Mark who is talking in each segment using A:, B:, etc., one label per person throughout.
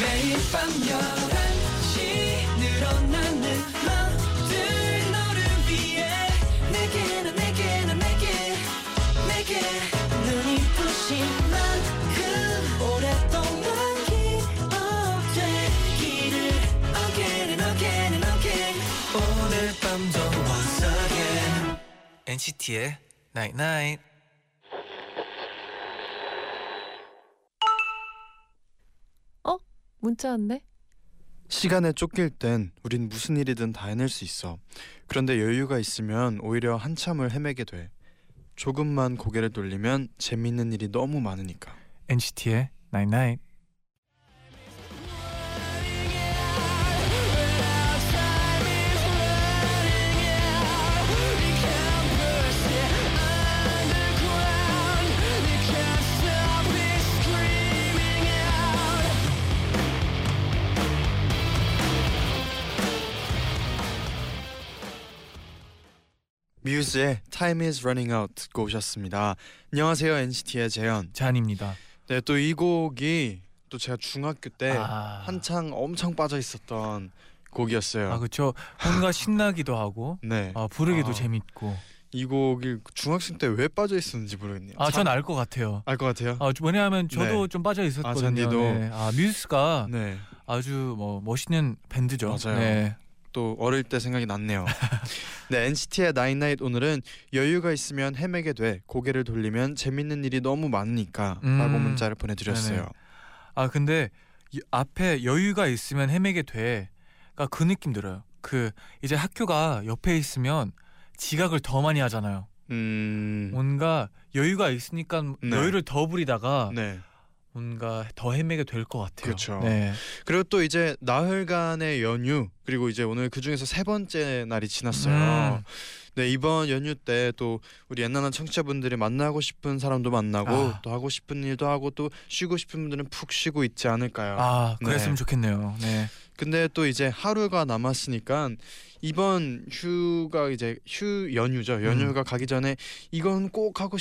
A: 매일 밤 11시 늘어나는 맘들 너를 위해 내게 난 내게 난 내게 내게 눈이 부신 만큼 오랫동안 기억되기를 Again and again and again 오늘 밤도 once again
B: NCT의 Night Night.
C: 문자 왔네.
D: 시간에 쫓길 땐 우린 무슨 일이든 다 해낼 수 있어. 그런데 여유가 있으면 오히려 한참을 헤매게 돼. 조금만 고개를 돌리면 재밌는 일이 너무 많으니까.
B: NCT의 Night Night.
D: 뮤즈의 Time is Running Out 듣고 오셨습니다. 안녕하세요 NCT의 재현.
B: 잔입니다.
D: 네, 또 이 곡이 또 제가 중학교 때
B: 아.
D: 한창 엄청 빠져 있었던 곡이었어요.
B: 아 그렇죠. 뭔가 신나기도 하고
D: 네,
B: 아, 부르기도
D: 아.
B: 재밌고.
D: 이 곡이 중학생 때 왜 빠져 있었는지 모르겠네요.
B: 아 전 알 것 같아요.
D: 알것 같아요.
B: 아, 저- 왜냐하면 저도
D: 네.
B: 좀 빠져 있었거든요.
D: 아, 잔디도.
B: 네. 아, 뮤즈가
D: 네,
B: 아주 뭐 멋있는 밴드죠.
D: 맞아요.
B: 네.
D: 또 어릴 때 생각이 났네요. 네, NCT의 나인나잇 오늘은 여유가 있으면 헤매게 돼 고개를 돌리면 재밌는 일이 너무 많으니까라고
B: 음.
D: 문자를 보내드렸어요.
B: 네네. 아 근데 이 앞에 여유가 있으면 헤매게 돼. 그러니까 그 느낌 들어요. 그 이제 학교가 옆에 있으면 지각을 더 많이 하잖아요.
D: 음,
B: 뭔가 여유가 있으니까
D: 네.
B: 여유를 더 부리다가
D: 네.
B: 뭔가 더 헤매게 될 것 같아요.
D: 그렇죠.
B: 네.
D: 그리고 또 이제 나흘간의 연휴 그리고 이제 오늘 그 중에서 세 번째 날이 지났어요.
B: 음.
D: 네 이번 연휴 때 또 우리 옛날한 청취자분들이 만나고 싶은 사람도 만나고
B: 아.
D: 또 하고 싶은 일도 하고 또 쉬고 싶은 분들은 푹 쉬고 있지 않을까요?
B: 아 그랬으면
D: 네.
B: 좋겠네요. 네.
D: 근데 또 이제 하루가 남았으니까 이번 휴가 이제 휴 연휴죠.
B: 음.
D: 연휴가 가기 전에 이건 꼭 하고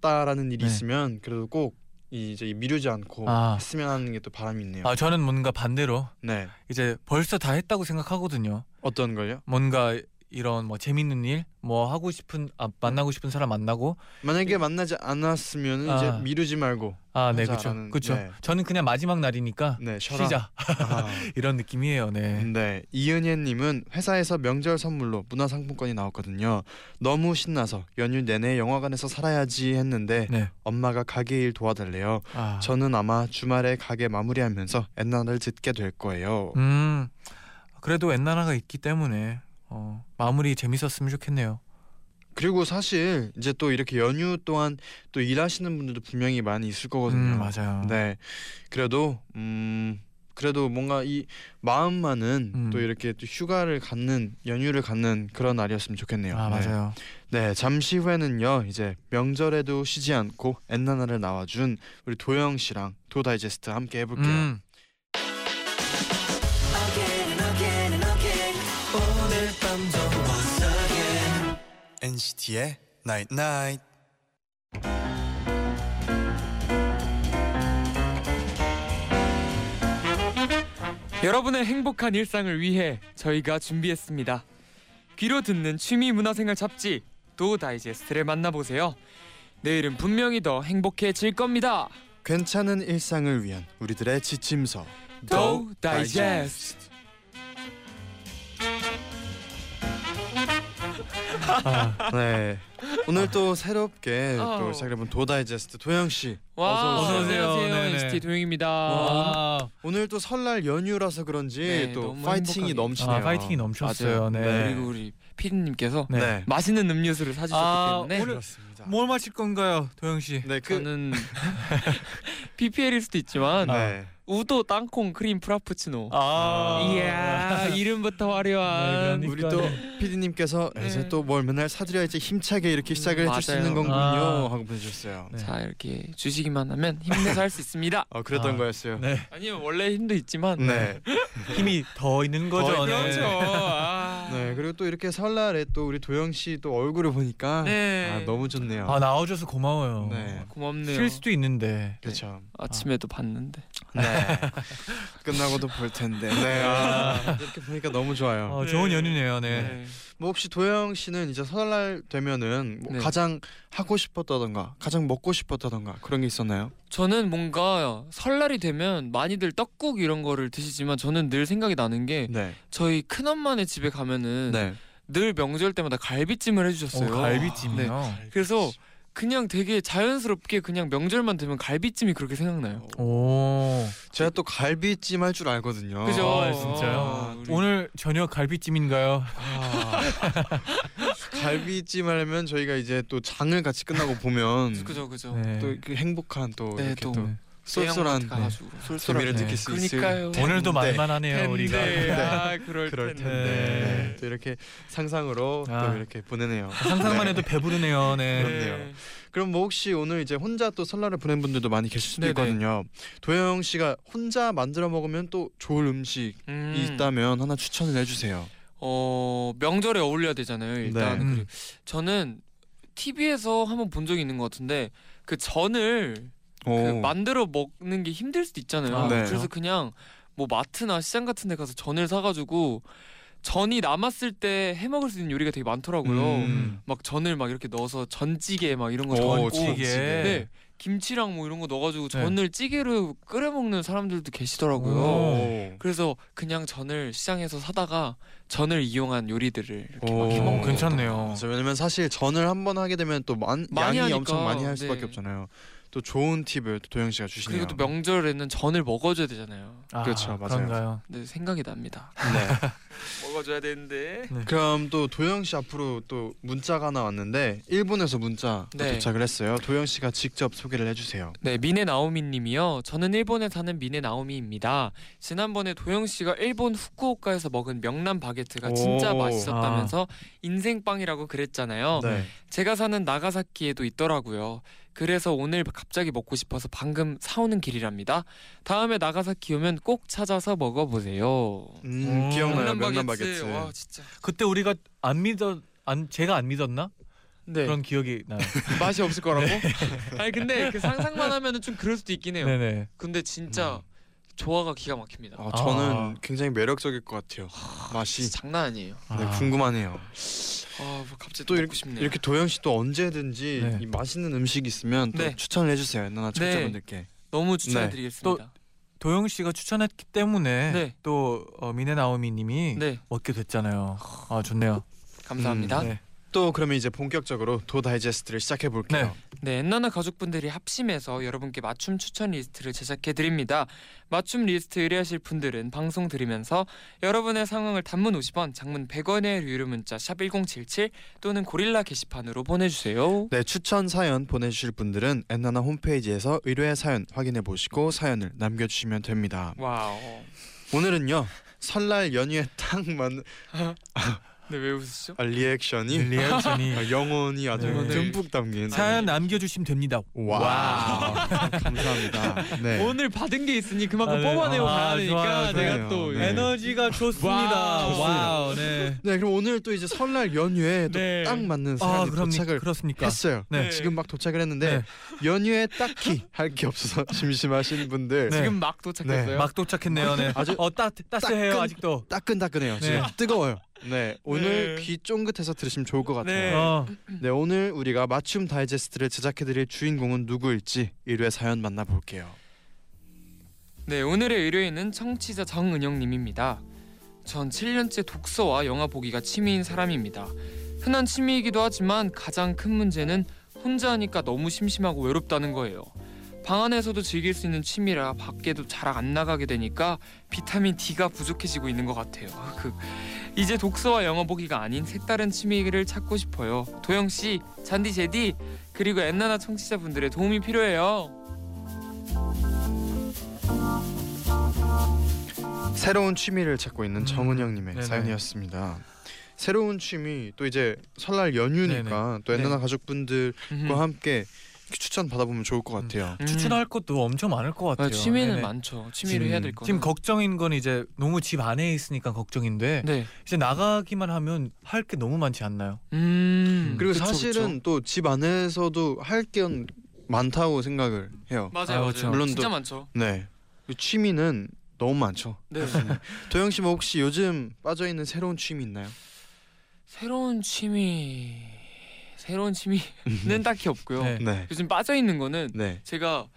D: 싶었다라는 일이
B: 네.
D: 있으면 그래도 꼭 이제 미루지 않고
B: 아.
D: 했으면 하는 게 또 바람이 있네요.
B: 아 저는 뭔가 반대로
D: 네
B: 이제 벌써 다 했다고 생각하거든요.
D: 어떤 걸요?
B: 뭔가 이런 뭐 재밌는 일, 뭐 하고 싶은 아, 만나고 싶은 사람 만나고
D: 만약에 만나지 않았으면
B: 아.
D: 이제 미루지 말고
B: 아, 네, 그렇죠,
D: 하자라는,
B: 그렇죠.
D: 네.
B: 저는 그냥 마지막 날이니까
D: 네 쉬어라.
B: 쉬자
D: 아.
B: 이런 느낌이에요. 네.
D: 네 이은혜님은 회사에서 명절 선물로 문화상품권이 나왔거든요. 너무 신나서 연휴 내내 영화관에서 살아야지 했는데
B: 네.
D: 엄마가 가게 일 도와달래요.
B: 아,
D: 저는 아마 주말에 가게 마무리하면서 옛날을 듣게 될 거예요.
B: 음, 그래도 엔나나가 있기 때문에 어, 마무리 재밌었으면 좋겠네요.
D: 그리고 사실 이제 또 이렇게 연휴 동안 또 일하시는 분들도 분명히 많이 있을
B: 음,
D: 거거든요.
B: 맞아요.
D: 네. 그래도 음 그래도 뭔가 이 마음만은
B: 음.
D: 또 이렇게 또 휴가를 갖는 연휴를 갖는 그런 날이었으면 좋겠네요.
B: 아,
D: 네.
B: 맞아요.
D: 네, 잠시 후에는요. 이제 명절에도 쉬지 않고 엔나나를 나와준 우리 도영 씨랑 도다이제스트 함께 해볼게요.
B: 음,
A: Again and again and again 오늘 밤도 once again
D: NCT의 Night Night.
E: 여러분의 행복한 일상을 위해 저희가 준비했습니다. 귀로 듣는 취미 문화생활 잡지 도 다이제스트를 만나보세요. 내일은 분명히 더 행복해질 겁니다.
D: 괜찮은 일상을 위한 우리들의 지침서.
E: 도 다이제스트.
D: 네. 오늘
E: 아.
D: 또 새롭게 또
E: 아우.
D: 시작해본 도다이제스트 도영 씨.
E: 와,
D: 어서 오세요.
E: 어서 오세요.
B: 네네.
E: NCT 도영입니다.
B: 와,
D: 오늘 또 설날 연휴라서 그런지
E: 네,
D: 또
E: 너무
D: 파이팅이
E: 행복하게.
D: 넘치네요.
B: 아, 파이팅이 넘쳤어요.
E: 맞아요.
B: 네.
D: 네.
E: 그리고 우리 피디님께서
B: 네.
D: 네.
E: 맛있는 음료수를 사주셨기
B: 아,
E: 때문에
B: 오늘-
D: 그렇습니다.
B: 뭘 마실 건가요, 도영 씨?
D: 네, 그
E: 뭐- 저는 PPL일 수도 있지만
D: 네.
E: 우도 땅콩 크림 프라푸치노.
B: 아,
E: 이야 이름부터 화려한
B: 네, 그러니까.
D: 우리 또 PD님께서
E: 네. 음,
D: 이제 또 뭘 맨날 사드려야지 힘차게 이렇게 시작을 해줄 수
E: 맞아요.
D: 있는 거군요
B: 아.
D: 하고 보내주셨어요.
B: 네.
E: 자 이렇게 주시기만 하면 힘내서 할 수 있습니다.
D: 어 그랬던
B: 아.
D: 거였어요.
B: 네.
E: 아니면 원래 힘도 있지만
D: 네. 어,
B: 힘이 더 있는 거죠.
D: 더
B: 네.
E: 그렇죠. 아.
D: 네 그리고 또 이렇게 설날에 또 우리 도영 씨 또 얼굴을 보니까
E: 네.
D: 아, 너무 좋네요.
B: 아, 나와줘서 고마워요.
D: 네.
E: 고맙네요.
B: 쉴 수도 있는데.
D: 그렇죠.
E: 아침에도 봤는데.
D: 네. 끝나고도 볼 텐데. 네. 아, 이렇게 보니까 너무 좋아요.
B: 어,
E: 네.
B: 좋은 연유네요. 네.
D: 뭐 혹시 도영 씨는 이제 설날 되면은 뭐
E: 네.
D: 가장 하고 싶었다던가 가장 먹고 싶었다던가 그런 게 있었나요?
E: 저는 뭔가 설날이 되면 많이들 떡국 이런 거를 드시지만 저는 늘 생각이 나는 게
D: 네.
E: 저희 큰엄마네 집에 가면은
D: 네.
E: 늘 명절 때마다 갈비찜을
B: 오,
E: 해주셨어요. 네.
B: 갈비찜이요.
E: 그래서 그냥 되게 자연스럽게 그냥 명절만 되면 갈비찜이 그렇게 생각나요.
B: 오.
D: 제가 또 갈비찜 할 줄 알거든요.
E: 그죠?
B: 아, 진짜요?
E: 아, 우리-
B: 오늘 저녁 갈비찜인가요?
D: 아, 갈비찜 하려면 저희가 이제 또 장을 같이 끝나고 보면
E: 그죠 그죠.
B: 네.
D: 또 그 행복한 또
E: 네,
D: 이렇게
E: 또
D: 또,
B: 네.
D: 음. 쏠쏠한
E: 대형마트 가가지고 쏠쏠한
D: 재미를
B: 네.
D: 느낄 수 있을
E: 그러니까요.
D: 텐데.
B: 오늘도 만만하네요
E: 텐데.
B: 우리가.
E: 아 그럴,
D: 그럴 텐데
B: 네.
D: 네. 또 이렇게 상상으로
B: 아.
D: 또 이렇게 보내네요.
B: 상상만
D: 네.
B: 해도 배부르네요. 네.
D: 그렇네요. 그럼 뭐 혹시 오늘 이제 혼자 또 설날을 보낸 분들도 많이 계실 수도
E: 네네.
D: 있거든요. 도영 씨가 혼자 만들어 먹으면 또 좋을 음식이
E: 음,
D: 있다면 하나 추천을 해주세요.
E: 어 명절에 어울려야 되잖아요. 일단
D: 네.
B: 음.
E: 저는 TV에서 한번 본 적이 있는 것 같은데 그 전을 그
D: 오.
E: 만들어 먹는 게 힘들 수도 있잖아요.
D: 아, 네.
E: 그래서 그냥 뭐 마트나 시장 같은 데 가서 전을 사가지고 전이 남았을 때 해 먹을 수 있는 요리가 되게 많더라고요.
D: 음.
E: 막 전을 막 이렇게 넣어서 전찌개 막 이런 거
D: 오,
E: 넣고
B: 전찌개.
E: 네 김치랑 뭐 이런 거 넣어가지고
B: 네.
E: 전을 찌개로 끓여 먹는 사람들도 계시더라고요.
B: 오.
E: 그래서 그냥 전을 시장에서 사다가 전을 이용한 요리들을 이렇게 막
D: 오, 그렇죠.
E: 해먹는 것도
B: 괜찮네요.
D: 맞아, 왜냐면 사실 전을 한 번 하게 되면 또 많,
E: 그렇죠. 많이
D: 양이
E: 하니까,
D: 엄청 많이 할 수밖에
E: 네.
D: 없잖아요. 또 좋은 팁을 또 도영 씨가 주시네요.
E: 그리고 또 명절에는 전을 먹어줘야 되잖아요.
B: 아,
D: 그렇죠, 맞아요.
B: 그런가요?
E: 네, 생각이 납니다.
D: 네.
E: 먹어줘야 되는데.
D: 그럼 또 도영 씨 앞으로 또 문자가 하나 왔는데 일본에서 문자 가
E: 네.
D: 도착을 했어요. 도영 씨가 직접 소개를 해주세요.
E: 네, 미네 나오미님이요. 저는 일본에 사는 미네 나오미입니다. 지난번에 도영 씨가 일본 후쿠오카에서 먹은 명란 바게트가 진짜
D: 오.
E: 맛있었다면서 인생빵이라고 그랬잖아요.
D: 네.
E: 제가 사는 나가사키에도 있더라고요. 그래서 오늘 갑자기 먹고 싶어서 방금 사오는 길이랍니다. 다음에 나가사키 오면 꼭 찾아서 먹어보세요.
D: 음,
B: 오.
D: 기억나요 명란 바게트.
E: 와 진짜.
B: 그때 우리가 안 믿었 안 제가 안 믿었나?
E: 네.
B: 그런 기억이 나요.
E: 맛이 없을 거라고?
D: 네.
E: 아니 근데 그 상상만 하면은 좀 그럴 수도 있긴 해요.
B: 네네.
E: 근데 진짜 조화가 기가 막힙니다.
D: 음. 아,
B: 아.
D: 저는 굉장히 매력적일 것 같아요. 맛이
E: 진짜 장난 아니에요.
D: 네,
B: 아.
D: 궁금하네요.
E: 아, 뭐 갑자기
D: 또
E: 또 먹고 싶네요.
D: 이렇게 도영 씨 또 언제든지
B: 네.
D: 이 맛있는 음식 있으면 또
E: 네. 음,
D: 추천을 해주세요. 누나 청자분들께.
E: 너무 추천해드리겠습니다.
B: 도영 씨가 추천했기 때문에
E: 네.
B: 또 어, 미네 나오미님이
E: 네,
B: 먹게 됐잖아요. 아 좋네요.
E: 감사합니다.
D: 음,
B: 네.
E: 네.
D: 또 그러면 이제 본격적으로 도 다이제스트를 시작해 볼게요.
B: 네.
E: 엔나나 가족분들이 합심해서 여러분께 맞춤 추천 리스트를 제작해 드립니다. 맞춤 리스트 의뢰하실 분들은 방송 들으면서 여러분의 상황을 단문 50원, 장문 100원의 유료 문자 샵 #1077 또는 고릴라 게시판으로 보내주세요.
D: 네 추천 사연 보내주실 분들은 엔나나 홈페이지에서 의뢰의 사연 확인해 보시고 사연을 남겨주시면 됩니다.
B: 네.
E: 와우.
D: 오늘은요 설날 연휴에 딱 맞는
E: 네, 왜 웃으시죠?
D: 아, 리액션이
B: 리액션이
D: 아, 영혼이 아주
B: 네.
D: 듬뿍 담긴
B: 사연 남겨주시면 됩니다.
D: 와 감사합니다. 네.
E: 오늘 받은 게 있으니 그만큼
B: 아, 네.
E: 뽑아내고
B: 아,
E: 가야 되니까
B: 좋아요,
E: 내가
D: 좋아요.
E: 또
D: 네.
B: 에너지가 좋습니다.
E: 와우.
B: 와우. 네.
D: 네 그럼 오늘 또 이제 설날 연휴에
E: 네.
D: 또 딱 맞는
B: 아
D: 사연이
B: 그럼니
D: 도착을
B: 그렇습니까?
D: 했어요.
B: 네.
D: 지금 막 도착을 했는데
B: 네.
D: 연휴에 딱히 할 게 없어서 심심하신 분들
B: 네.
E: 지금 막 도착했어요.
B: 막 도착했네요. 네.
D: 아주
B: 어 따, 따스해요
D: 따끈-
B: 아직도.
D: 따끈따끈해요. 지금
B: 네.
D: 뜨거워요. 네 오늘
E: 네.
D: 귀 쫑긋해서 들으시면 좋을 것 같아요.
E: 네.
D: 네.
B: 어.
D: 오늘 우리가 맞춤 다이제스트를 제작해드릴 주인공은 누구일지 1회 사연 만나볼게요.
E: 네 오늘의 의뢰인은 청취자 정은영님입니다. 전 7년째 독서와 영화 보기가 취미인 사람입니다. 흔한 취미이기도 하지만 가장 큰 문제는 혼자 하니까 너무 심심하고 외롭다는 거예요. 방 안에서도 즐길 수 있는 취미라 밖에도 잘 안 나가게 되니까 비타민 D가 부족해지고 있는 것 같아요. 그, 이제 독서와 영화 보기가 아닌 색다른 취미를 찾고 싶어요. 도영 씨, 잔디 제디 그리고 엔나나 청취자분들의 도움이 필요해요.
D: 새로운 취미를 찾고 있는
B: 음,
D: 정은영님의
B: 네네.
D: 사연이었습니다. 새로운 취미 또 이제 설날 연휴니까 또
E: 네.
D: 옛날 가족분들과
E: 음.
D: 함께 추천 받아보면 좋을 것 같아요.
E: 음.
B: 뭐 추천할 것도 엄청 많을 것
E: 아,
B: 같아요.
E: 취미는
B: 네네.
E: 많죠. 취미로 해야 될 거.
B: 지금 걱정인 건 이제 너무 집 안에 있으니까 걱정인데
E: 네.
B: 이제 나가기만 하면 할 게 너무 많지 않나요?
E: 음.
D: 그리고
E: 그쵸,
D: 사실은 또 집 안에서도 할 게 많다고 생각을
E: 그쵸.
D: 해요.
E: 맞아요,
B: 아,
E: 맞아요.
B: 그쵸.
D: 물론
E: 진짜
D: 또-
E: 많죠.
D: 네. 취미는 너무 많죠.
E: 음. 네.
D: 도영 씨, 뭐 혹시 요즘 빠져 있는 새로운 취미 있나요?
E: 새로운 취미 새로운 취미는 딱히 없고요.
B: 네.
D: 네,
E: 요즘 빠져 있는 거는
D: 네,
E: 제가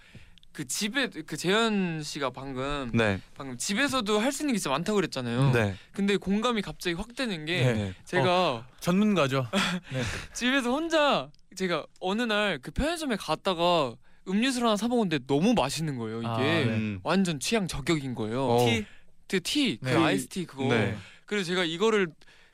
E: 그 집에 그 재현 씨가 방금
D: 네,
E: 방금 집에서도 할 수 있는 게 진짜 많다고 그랬잖아요.
D: 네.
E: 근데 공감이 갑자기 확 되는 게
B: 네.
E: 제가
D: 어.
B: 전문가죠.
E: 집에서 혼자 제가 어느 날 그 편의점에 갔다가 음료수를 하나 사 먹었는데 너무 맛있는 거예요. 이게
B: 아, 네.
D: 음.
E: 완전 취향 저격인 거예요.
D: 어.
B: 티?
E: 그 티, 그
B: 네.
E: 아이스티 그거.
D: 네.
E: 그래서 제가 이거를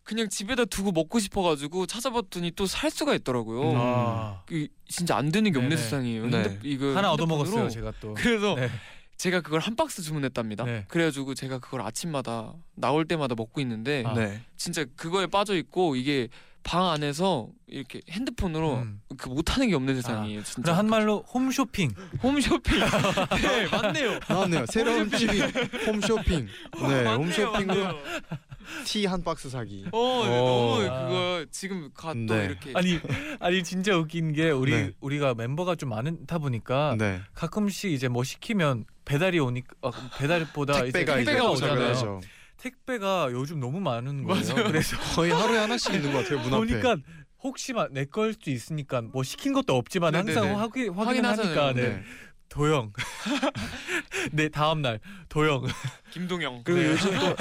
E: 그냥 집에다 두고 먹고 싶어가지고 찾아봤더니 또 살 수가 있더라고요.
D: 음.
E: 그 진짜 안 되는 게 없는
B: 아. 네네.
E: 세상이에요.
D: 네.
E: 핸드- 이거
B: 하나 얻어
E: 그 핸드폰으로.
B: 먹었어요 제가 또.
E: 그래서
B: 네.
E: 제가 그걸 한 박스 주문했답니다.
B: 네.
E: 그래가지고 제가 그걸 아침마다 나올 때마다 먹고 있는데
B: 아.
D: 네.
E: 진짜 그거에 빠져 있고 이게 방 안에서 이렇게 핸드폰으로
B: 음. 아.
E: 그 못하는 게 없는 세상이에요 진짜
B: 그럼 한 말로 홈쇼핑.
E: 홈쇼핑 네 맞네요
D: 나왔네요. 새로운 취미 홈쇼핑. 네,
E: 어, 맞네요,
D: 홈쇼핑으로
E: 맞네요.
D: 티 한 박스 사기.
E: 어 네,
D: 오.
E: 너무
B: 아.
E: 그거 지금 가 또
D: 네.
E: 이렇게
B: 아니 아니 진짜 웃긴 게 우리
D: 네.
B: 우리가 멤버가 좀 많다 보니까
D: 네.
B: 가끔씩 이제 뭐 시키면 배달이 오니까 어, 배달보다
D: 택배가
B: 이제
D: 그렇죠. 이제
B: 택배가
D: 도착을
B: 오잖아요.
D: 하죠.
B: 택배가 요즘 너무 많은 거예요.
E: 맞아요.
B: 그래서
D: 거의 하루에 하나씩 있는 것 같아요 문 앞에.
B: 보니까 혹시 내걸 수도 있으니까 뭐 시킨 것도 없지만
E: 네네네.
B: 항상 확인 확인하니까
E: 확인하잖아요.
B: 네.
D: 네.
B: 도영. 네 다음 날 도영.
E: 김동영
D: 그리고
E: 네.
D: 요즘 또 해,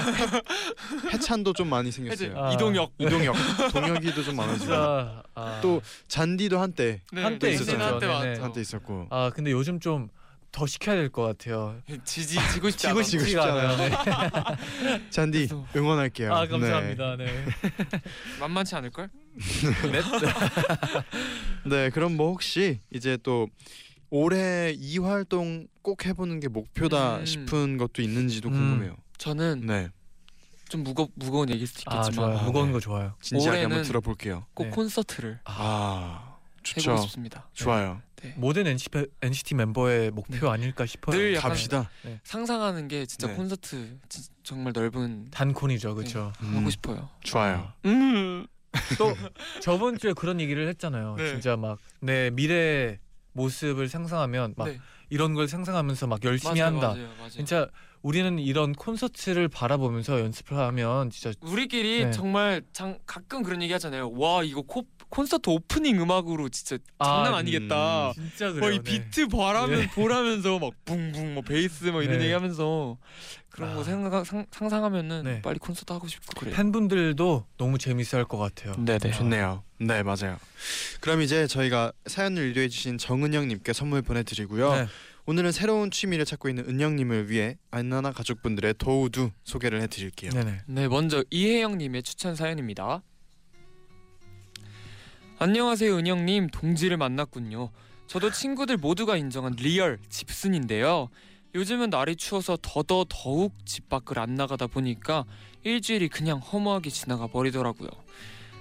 D: 해찬도 좀 많이
E: 해제,
D: 생겼어요.
B: 아.
E: 이동혁
D: 이동혁, 동혁이도 좀 많아지고
B: 진짜 아,
D: 또 잔디도 한때
E: 네,
B: 한때
E: 네,
D: 있었죠.
E: 한때
B: 네네.
E: 왔죠.
D: 한때 있었고.
B: 아 근데 요즘 좀 더 시켜야 될 것 같아요.
E: 네, 지지 지고 싶지 않아
D: 지고 싶지
B: 쉽지가
D: 않아요.
B: 않아요. 네.
D: 잔디
E: 그래서-
D: 응원할게요.
B: 아 감사합니다. 네.
E: 만만치 않을 걸
D: 네. 네, 그럼 뭐 혹시 이제 또 올해 이 활동 꼭 해보는 게 목표다
E: 음.
D: 싶은 것도 있는지도
B: 음.
D: 궁금해요.
E: 저는
D: 네,
E: 좀 무거 무거운 얘기일 수도
B: 아
E: 있겠지만
B: 좋아요.
D: 아,
B: 무거운
D: 네.
B: 거 좋아요.
D: 진지하게 한번
E: 올해는-
D: 들어볼게요.
E: 꼭
B: 네.
E: 콘서트를
D: 아, 좋죠.
E: 해보고 싶습니다
D: 좋아요.
E: 네.
B: 모든 NCT, NCT 멤버의 목표 아닐까 싶어요.
E: 늘 약간
D: 갑시다.
E: 상상하는 게 진짜
D: 네.
E: 콘서트 진- 정말 넓은
B: 단콘이죠, 그렇죠.
D: 음,
E: 하고 싶어요
D: 좋아요.
E: 음
B: 또 저번 주에 그런 얘기를 했잖아요.
E: 네.
B: 진짜 막 내 미래 모습을 상상하면 막
E: 네.
B: 이런 걸 상상하면서 막 열심히
E: 맞아요,
B: 한다.
E: 맞아요, 맞아요.
B: 진짜 우리는 이런 콘서트를 바라보면서 연습을 하면 진짜
E: 우리끼리
B: 네.
E: 정말 장, 가끔 그런 얘기 하잖아요. 와 이거 코, 콘서트 오프닝 음악으로 진짜
B: 아,
E: 장난 아니겠다.
B: 진짜 그래요.
E: 거의
B: 네.
E: 비트 바라면 보라면서 막 붕붕 뭐 베이스 뭐 이런
B: 네.
E: 얘기하면서 그런
B: 아.
E: 거 생각 상, 상상하면은
B: 네.
E: 빨리 콘서트 하고 싶고 그래. 요
B: 팬분들도 너무 재밌어할 것 같아요.
E: 네네.
D: 좋네요. 네, 맞아요. 그럼 이제 저희가 사연을 의뢰해 주신 정은영 님께 선물 보내 드리고요.
B: 네.
D: 오늘은 새로운 취미를 찾고 있는 은영 님을 위해 안나나 가족분들의 도우두 소개를 해 드릴게요.
B: 네네.
E: 네 먼저 이혜영님의 추천 사연입니다. 안녕하세요 은영님 동지를 만났군요. 저도 친구들 모두가 인정한 리얼 집순인데요. 요즘은 날이 추워서 더더 더욱 집 밖을 안 나가다 보니까 일주일이 그냥 허무하게 지나가 버리더라고요.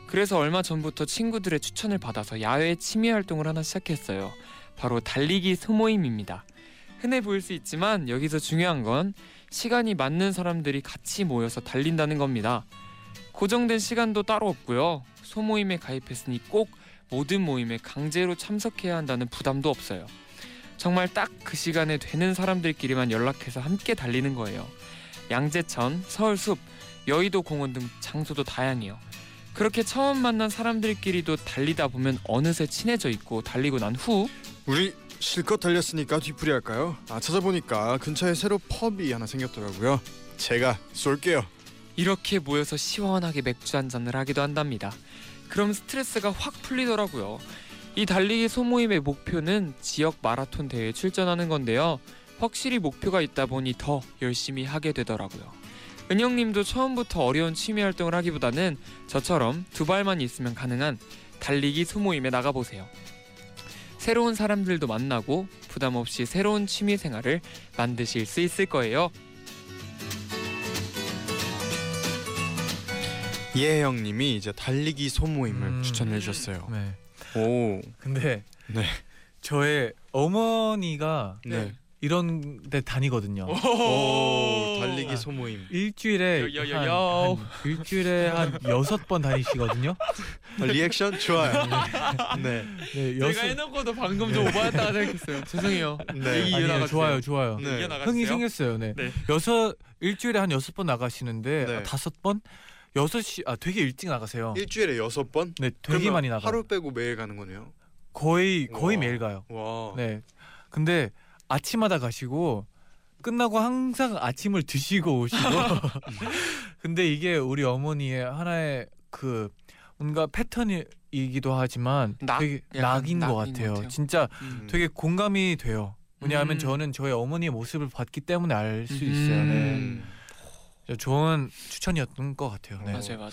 E: 그래서 얼마 전부터 친구들의 추천을 받아서 야외 취미 활동을 하나 시작했어요. 바로 달리기 소모임입니다. 흔해 보일 수 있지만 여기서 중요한 건 시간이 맞는 사람들이 같이 모여서 달린다는 겁니다. 고정된 시간도 따로 없고요. 소모임에 가입했으니 꼭 모든 모임에 강제로 참석해야 한다는 부담도 없어요. 정말 딱 그 시간에 되는 사람들끼리만 연락해서 함께 달리는 거예요. 양재천, 서울숲, 여의도 공원 등 장소도 다양해요. 그렇게 처음 만난 사람들끼리도 달리다 보면 어느새 친해져 있고 달리고 난 후
D: 우리 실컷 달렸으니까 뒤풀이 할까요? 아, 찾아보니까 근처에 새로 펍이 하나 생겼더라고요. 제가 쏠게요.
E: 이렇게 모여서 시원하게 맥주 한 잔을 하기도 한답니다. 그럼 스트레스가 확 풀리더라고요. 이 달리기 소모임의 목표는 지역 마라톤 대회에 출전하는 건데요. 확실히 목표가 있다 보니 더 열심히 하게 되더라고요. 은영님도 처음부터 어려운 취미 활동을 하기보다는 저처럼 두 발만 있으면 가능한 달리기 소모임에 나가보세요. 새로운 사람들도 만나고 부담 없이 새로운 취미 생활을 만드실 수 있을 거예요.
D: 예형 님이 이제 달리기 소모임을
B: 음.
D: 추천해 주셨어요.
B: 네.
D: 오.
B: 근데
D: 네.
B: 저의 어머니가
D: 네.
B: 이런 데 다니거든요.
D: 어? 오, 달리기 소모임.
B: 일주일에
E: 요, 요, 요,
B: 한,
E: 요.
B: 한 일주일에 한 여섯 번 다니시거든요.
D: 아, 리액션 좋아요. 네.
B: 네,
E: 제가
B: 여섯.
E: 해놓고도 방금 좀 오버했다가 생각했어요. 죄송해요.
D: 네.
E: 얘기
B: 아니에요.
E: 이어나가세요.
B: 좋아요, 좋아요.
D: 네.
E: 이겨나가세요.
B: 흥이 생겼어요. 네.
E: 네.
B: 여섯 일주일에 한 여섯 번 나가시는데
D: 네.
B: 아, 다섯 번 여섯 시아 되게 일찍 나가세요.
D: 일주일에 여섯 번?
B: 네, 되게
D: 그러면
B: 많이 나가. 요
D: 하루 빼고 매일 가는 거네요.
B: 거의 거의
D: 우와.
B: 매일 가요.
D: 와.
B: 네. 근데 아침마다 가시고 끝나고 항상 아침을 드시고 오시고. 근데 이게 우리 어머니의 하나의 그 뭔가 패턴이기도 하지만
E: 낙?
B: 되게
E: 약간
B: 낙인 것
E: 낙인 것
B: 같아요.
E: 같아요.
B: 진짜
D: 음.
B: 되게 공감이 돼요. 왜냐하면
E: 음.
B: 저는 저의 어머니의 모습을 봤기 때문에 알 수
E: 음.
B: 있어요. 네.
D: 음.
B: 진짜 좋은 추천이었던 것 같아요. 네.
E: 맞아요, 맞아요.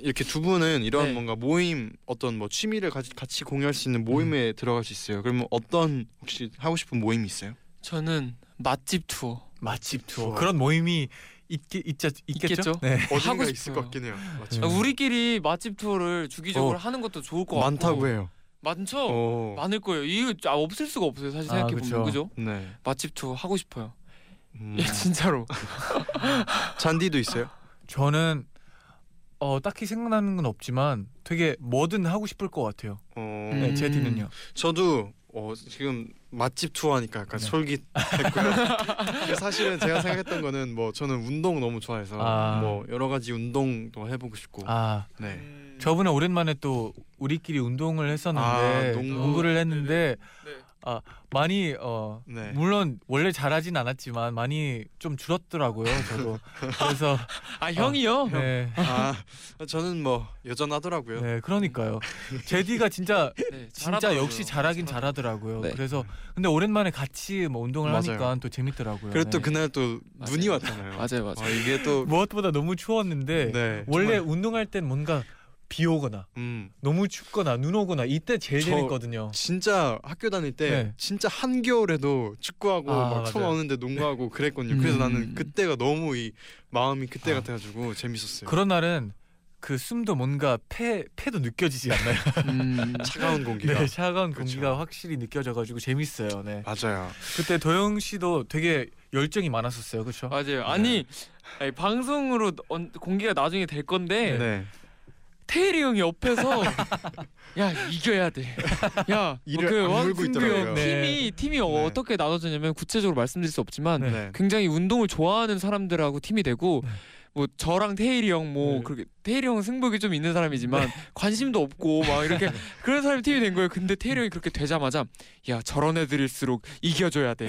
D: 이렇게 두 분은 이런
E: 네.
D: 뭔가 모임 어떤 뭐 취미를 같이, 같이 공유할 수 있는 모임에
B: 음.
D: 들어갈 수 있어요. 그러면 어떤 혹시 하고 싶은 모임이 있어요? 뭐
E: 저는 맛집 투어.
B: 맛집 투어 뭐 그런 모임이 있기 있자 있겠죠?
E: 있겠죠?
B: 네.
D: 어딘가
E: 하고
D: 있을
E: 싶어요.
D: 것 같긴 해요. 마침.
B: 음.
E: 우리끼리 맛집 투어를 주기적으로
D: 어.
E: 하는 것도 좋을 것 같고.
B: 어.
D: 많다고 해요.
E: 많죠.
D: 어.
E: 많을 거예요. 이거 아, 없을 수가 없어요. 사실
B: 아,
E: 생각해 보면
B: 그쵸.
E: 그죠?
D: 네.
E: 맛집 투어 하고 싶어요.
D: 음.
E: 예, 진짜로.
D: 잔디도 있어요?
B: 저는 어 딱히 생각나는 건 없지만 되게 뭐든 하고 싶을 것 같아요.
D: 어.
E: 음.
B: 네, 제 뒤는요.
D: 저도 어, 지금 맛집 투어하니까 약간
B: 네.
D: 솔깃했고요. 근데 사실은 제가 생각했던 거는 뭐 저는 운동 너무 좋아해서
B: 아.
D: 뭐 여러 가지 운동도 해보고 싶고.
B: 아
D: 네.
E: 음.
B: 저번에 오랜만에 또 우리끼리 운동을 했었는데
D: 아, 농구.
B: 농구. 를 했는데
E: 네네. 네.
B: 아 많이 어
D: 네.
B: 물론 원래 잘하진 않았지만 많이 좀 줄었더라고요 저도 그래서
E: 아 형이요?
B: 네,
D: 아 저는 뭐 여전하더라고요.
B: 네 그러니까요 제디가 진짜
E: 네,
B: 진짜 역시
E: 잘하더라고요.
B: 잘하긴 잘하더라고요
E: 네.
B: 그래서 근데 오랜만에 같이 뭐 운동을
D: 맞아요.
B: 하니까 또 재밌더라고요
D: 그리고 또
B: 네.
D: 그날 또
E: 맞아요.
D: 눈이 왔잖아요.
E: 맞아요, 맞아요.
D: 아, 이게 또
B: 무엇보다 너무 추웠는데
D: 네.
B: 원래
D: 정말,
B: 운동할 땐 뭔가 비 오거나
D: 음
B: 너무 춥거나 눈 오거나 이때 제일
D: 저-
B: 재밌거든요.
D: 진짜 학교 다닐 때
B: 네.
D: 진짜 한겨울에도 축구하고
B: 아,
D: 막 처음
B: 맞아요.
D: 오는데 농구하고 그랬거든요.
B: 음.
D: 그래서 나는 그때가 너무 이 마음이 그때
B: 아.
D: 같아가지고 재밌었어요.
B: 그런 날은 그 숨도 뭔가 폐 폐도 느껴지지 않나요?
E: 음,
D: 차가운 공기가
B: 네, 차가운
D: 그쵸.
B: 공기가 확실히 느껴져가지고 재밌어요. 네.
D: 맞아요.
B: 그때 도영 씨도 되게 열정이 많았었어요, 그렇죠?
E: 맞아요. 아니, 아니, 방송으로 언- 공개가 나중에 될 건데
D: 네.
E: 테일이 형이 옆에서 야 이겨야 돼. 야,
D: 아, 이를
E: 그
D: 악물고
E: 왕승규
D: 있더라고요.
E: 형
B: 네.
E: 팀이 팀이
D: 네.
E: 어떻게 나눠졌냐면 구체적으로 말씀드릴 수 없지만
B: 네.
D: 네.
E: 굉장히 운동을 좋아하는 사람들하고 팀이 되고
B: 네.
E: 뭐 저랑 테일이 형 뭐
B: 네.
E: 그렇게 테일이 형 승복이 좀 있는 사람이지만 관심도 없고 막 이렇게 그런 사람이 팀이 된 거예요. 근데 테일이 형이 그렇게 되자마자 야 저런 애들일수록 이겨줘야 돼.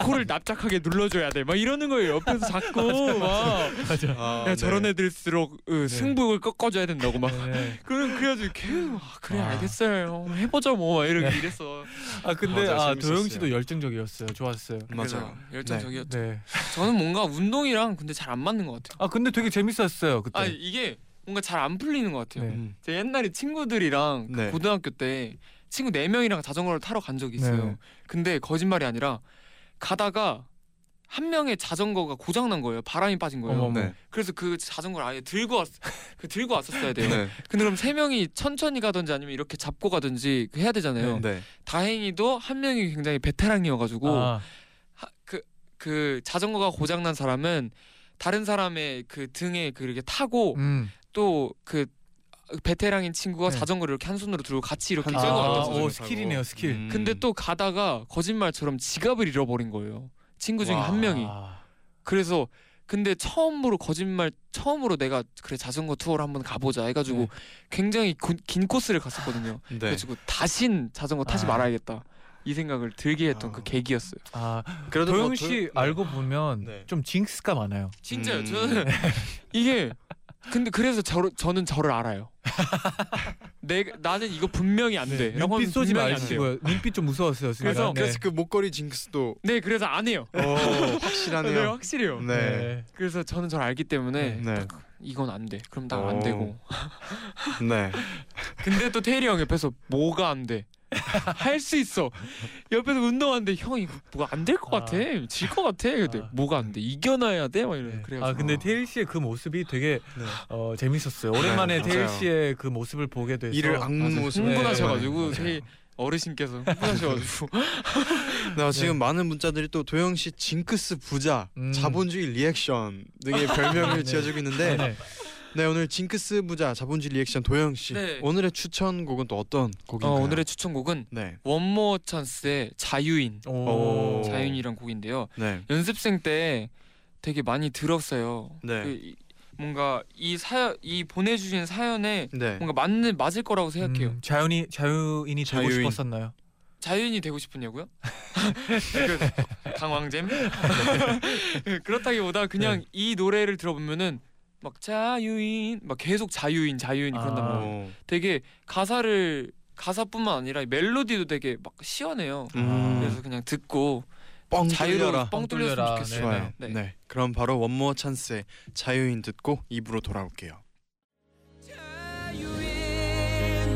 E: 코를 납작하게 눌러줘야 돼. 막 이러는 거예요. 옆에서 자꾸 막
B: 맞아.
D: 아,
E: 야 네, 저런 애들일수록 으, 승복을 꺾어줘야 된다고 막.
B: 네.
E: 그럼 그래가지고 걔, 아, 그래
B: 아. 네.
E: 알겠어요 형, 해보자 뭐 이렇게 이랬어
B: 아 근데
D: 맞아요,
B: 아
D: 재밌었어요.
B: 도영 씨도 열정적이었어요. 좋았어요.
D: 맞아요.
E: 그래서 열정적이었죠.
B: 네.
E: 저는 뭔가 운동이랑 근데 잘 안 맞는 것 같아요.
B: 아 근데 되게 재밌었어요 그때.
E: 아 이게 뭔가 잘 안 풀리는 것 같아요.
B: 네.
D: 음.
E: 제 옛날에 친구들이랑 그
D: 네.
E: 고등학교 때 친구 네 명이랑 자전거를 타러 간 적이 있어요.
B: 네.
E: 근데 거짓말이 아니라 가다가 한 명의 자전거가 고장 난 거예요. 바람이 빠진 거예요.
B: 어머머.
D: 네.
E: 그래서 그 자전거를 아예 들고 왔, 그 들고 왔었어야 돼요.
D: 네.
E: 근데 그럼 세 명이 천천히 가든지 아니면 이렇게 잡고 가든지 해야 되잖아요.
D: 네.
E: 다행히도 한 명이 굉장히 베테랑이어가지고
B: 아,
E: 하- 그, 그 자전거가 고장난 사람은 다른 사람의 그 등에 그렇게 타고
B: 음.
E: 또 그 베테랑인 친구가
B: 네.
E: 자전거를 이렇게 한 손으로 들고 같이 이렇게
D: 한
B: 아,
E: 끌고
D: 손으로.
E: 왔어요.
B: 오
D: 가지고
B: 스킬이네요
D: 가고.
B: 스킬.
D: 음.
E: 근데 또 가다가 거짓말처럼 지갑을 잃어버린 거예요. 친구 중에
D: 와.
E: 한 명이.
B: 아,
E: 그래서 근데 처음으로 거짓말 처음으로 내가 그래 자전거 투어를 한번 가보자 해가지고
B: 네.
E: 굉장히 고- 긴 코스를 갔었거든요.
D: 네.
E: 그래가지고 다신 자전거 타지
B: 아.
E: 말아야겠다 이 생각을 들게 했던
D: 아.
E: 그 계기였어요.
B: 아
D: 그래도
B: 도영
D: 뭐
B: 씨
D: 도영-
B: 알고 보면
D: 네.
B: 좀 징스가 많아요.
E: 진짜요.
D: 음.
E: 저는 이게 근데 그래서 저, 저는 저를 알아요. 내 나는 이거 분명히 안 돼. 라고 하면
B: 네, 눈빛 쏘지
E: 분명히 안 돼요.
B: 마시고요. 눈빛 좀 무서웠어요. 순간.
E: 그래서-
B: 네.
D: 그래서 그 목걸이 징크스도
E: 네, 그래서 안 해요.
D: 오,
E: 네,
D: 확실하네요.
E: 확실해요.
D: 네.
E: 그래서 저는 저를 알기 때문에
D: 네.
E: 이건 안 돼. 그럼 나 안
D: 오.
E: 되고.
D: 네.
E: 근데 또 테일이 형 옆에서 뭐가 안 돼. 할 수 있어. 옆에서 운동하는데 형 이거 뭐가 안 될 것
B: 아.
E: 같아. 질 것 같아. 근데
B: 아.
E: 뭐가 안 돼. 이겨놔야 돼. 막 이래.
B: 네.
E: 그래요.
B: 아 근데 테일 씨의 그 모습이 되게
D: 네.
B: 어, 재밌었어요. 오랜만에
D: 네,
B: 테일
D: 맞아요.
B: 씨의 그 모습을 보게 돼서
D: 음, 이를 악문 모습
B: 네.
E: 흥분하셔가지고 아, 테일 어르신께서 흥분하셔가지고
D: 나
E: 네.
D: 지금 많은 문자들이 또 도영 씨 징크스 부자,
B: 음.
D: 자본주의 리액션 등의 별명을
B: 네.
D: 지어주고 있는데 네.
B: 네네.
D: 오늘 징크스 부자, 자본주의 리액션 도영 씨
E: 네.
D: 오늘의 추천곡은 또 어떤
E: 어,
D: 곡인가요?
E: 오늘의 추천곡은
D: 네,
E: 원모 찬스의 자유인
B: 오.
E: 어,
B: 음,
D: 오.
E: 자유인이란 곡인데요.
D: 네,
E: 연습생 때 되게 많이 들었어요.
D: 네.
E: 그 이- 뭔가 이 사연 이 보내주신 사연에
D: 네.
E: 뭔가 맞는 맞을 거라고 생각해요.
B: 음, 자연이 자유인이 되고
D: 자유인.
B: 싶었었나요?
E: 자유인이 되고 싶었냐고요? 그 강왕잼? 그렇다기보다 그냥 이 노래를 들어보면은 막 자유인 막 계속 자유인 자유인 그런단
B: 아.
E: 말이에요.
D: 오.
E: 되게 가사를 가사뿐만 아니라 멜로디도 되게 막 시원해요.
D: 음.
E: 아. 그래서 그냥 듣고
D: 뻥
E: 자유로
D: 뚫려라.
E: 뻥
B: 뻥
E: 뚫렸으면
B: 뚫려라.
E: 좋겠어요.
D: 좋아요.
E: 네.
D: 네. 그럼 바로 원모 찬스의 자유인 듣고 입으로 돌아올게요.
A: 자유인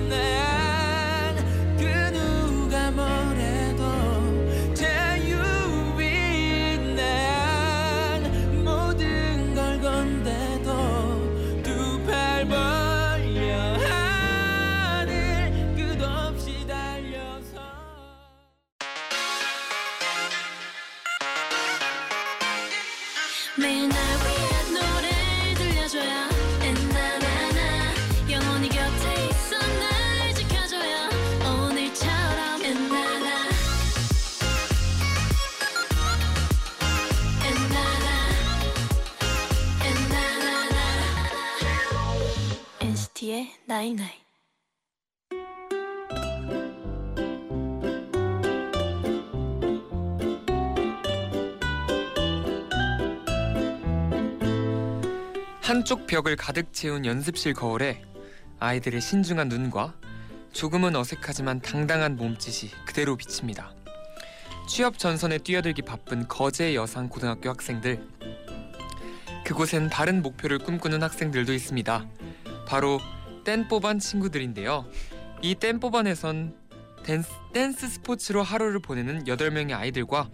A: 난그 누가 뭐래도 자유인 난 모든 걸 건대도 두 팔 벌려 하늘 끝없이 달려서
C: 매일 날 위한 노래를 들려줘요 엔나나나 영원히 곁에 있어 날 지켜줘요 오늘처럼 엔나나 엔나나 엔나나나 NCT의 나잇나잇
E: 한쪽 벽을 가득 채운 연습실 거울에 아이들의 신중한 눈과 조금은 어색하지만 당당한 몸짓이 그대로 비칩니다. 취업 전선에 뛰어들기 바쁜 거제 여상 고등학교 학생들. 그곳엔 다른 목표를 꿈꾸는 학생들도 있습니다. 바로 댄뽀반 친구들인데요. 이 댄뽀반에선 댄스, 댄스 스포츠로 하루를 보내는 8명의 아이들과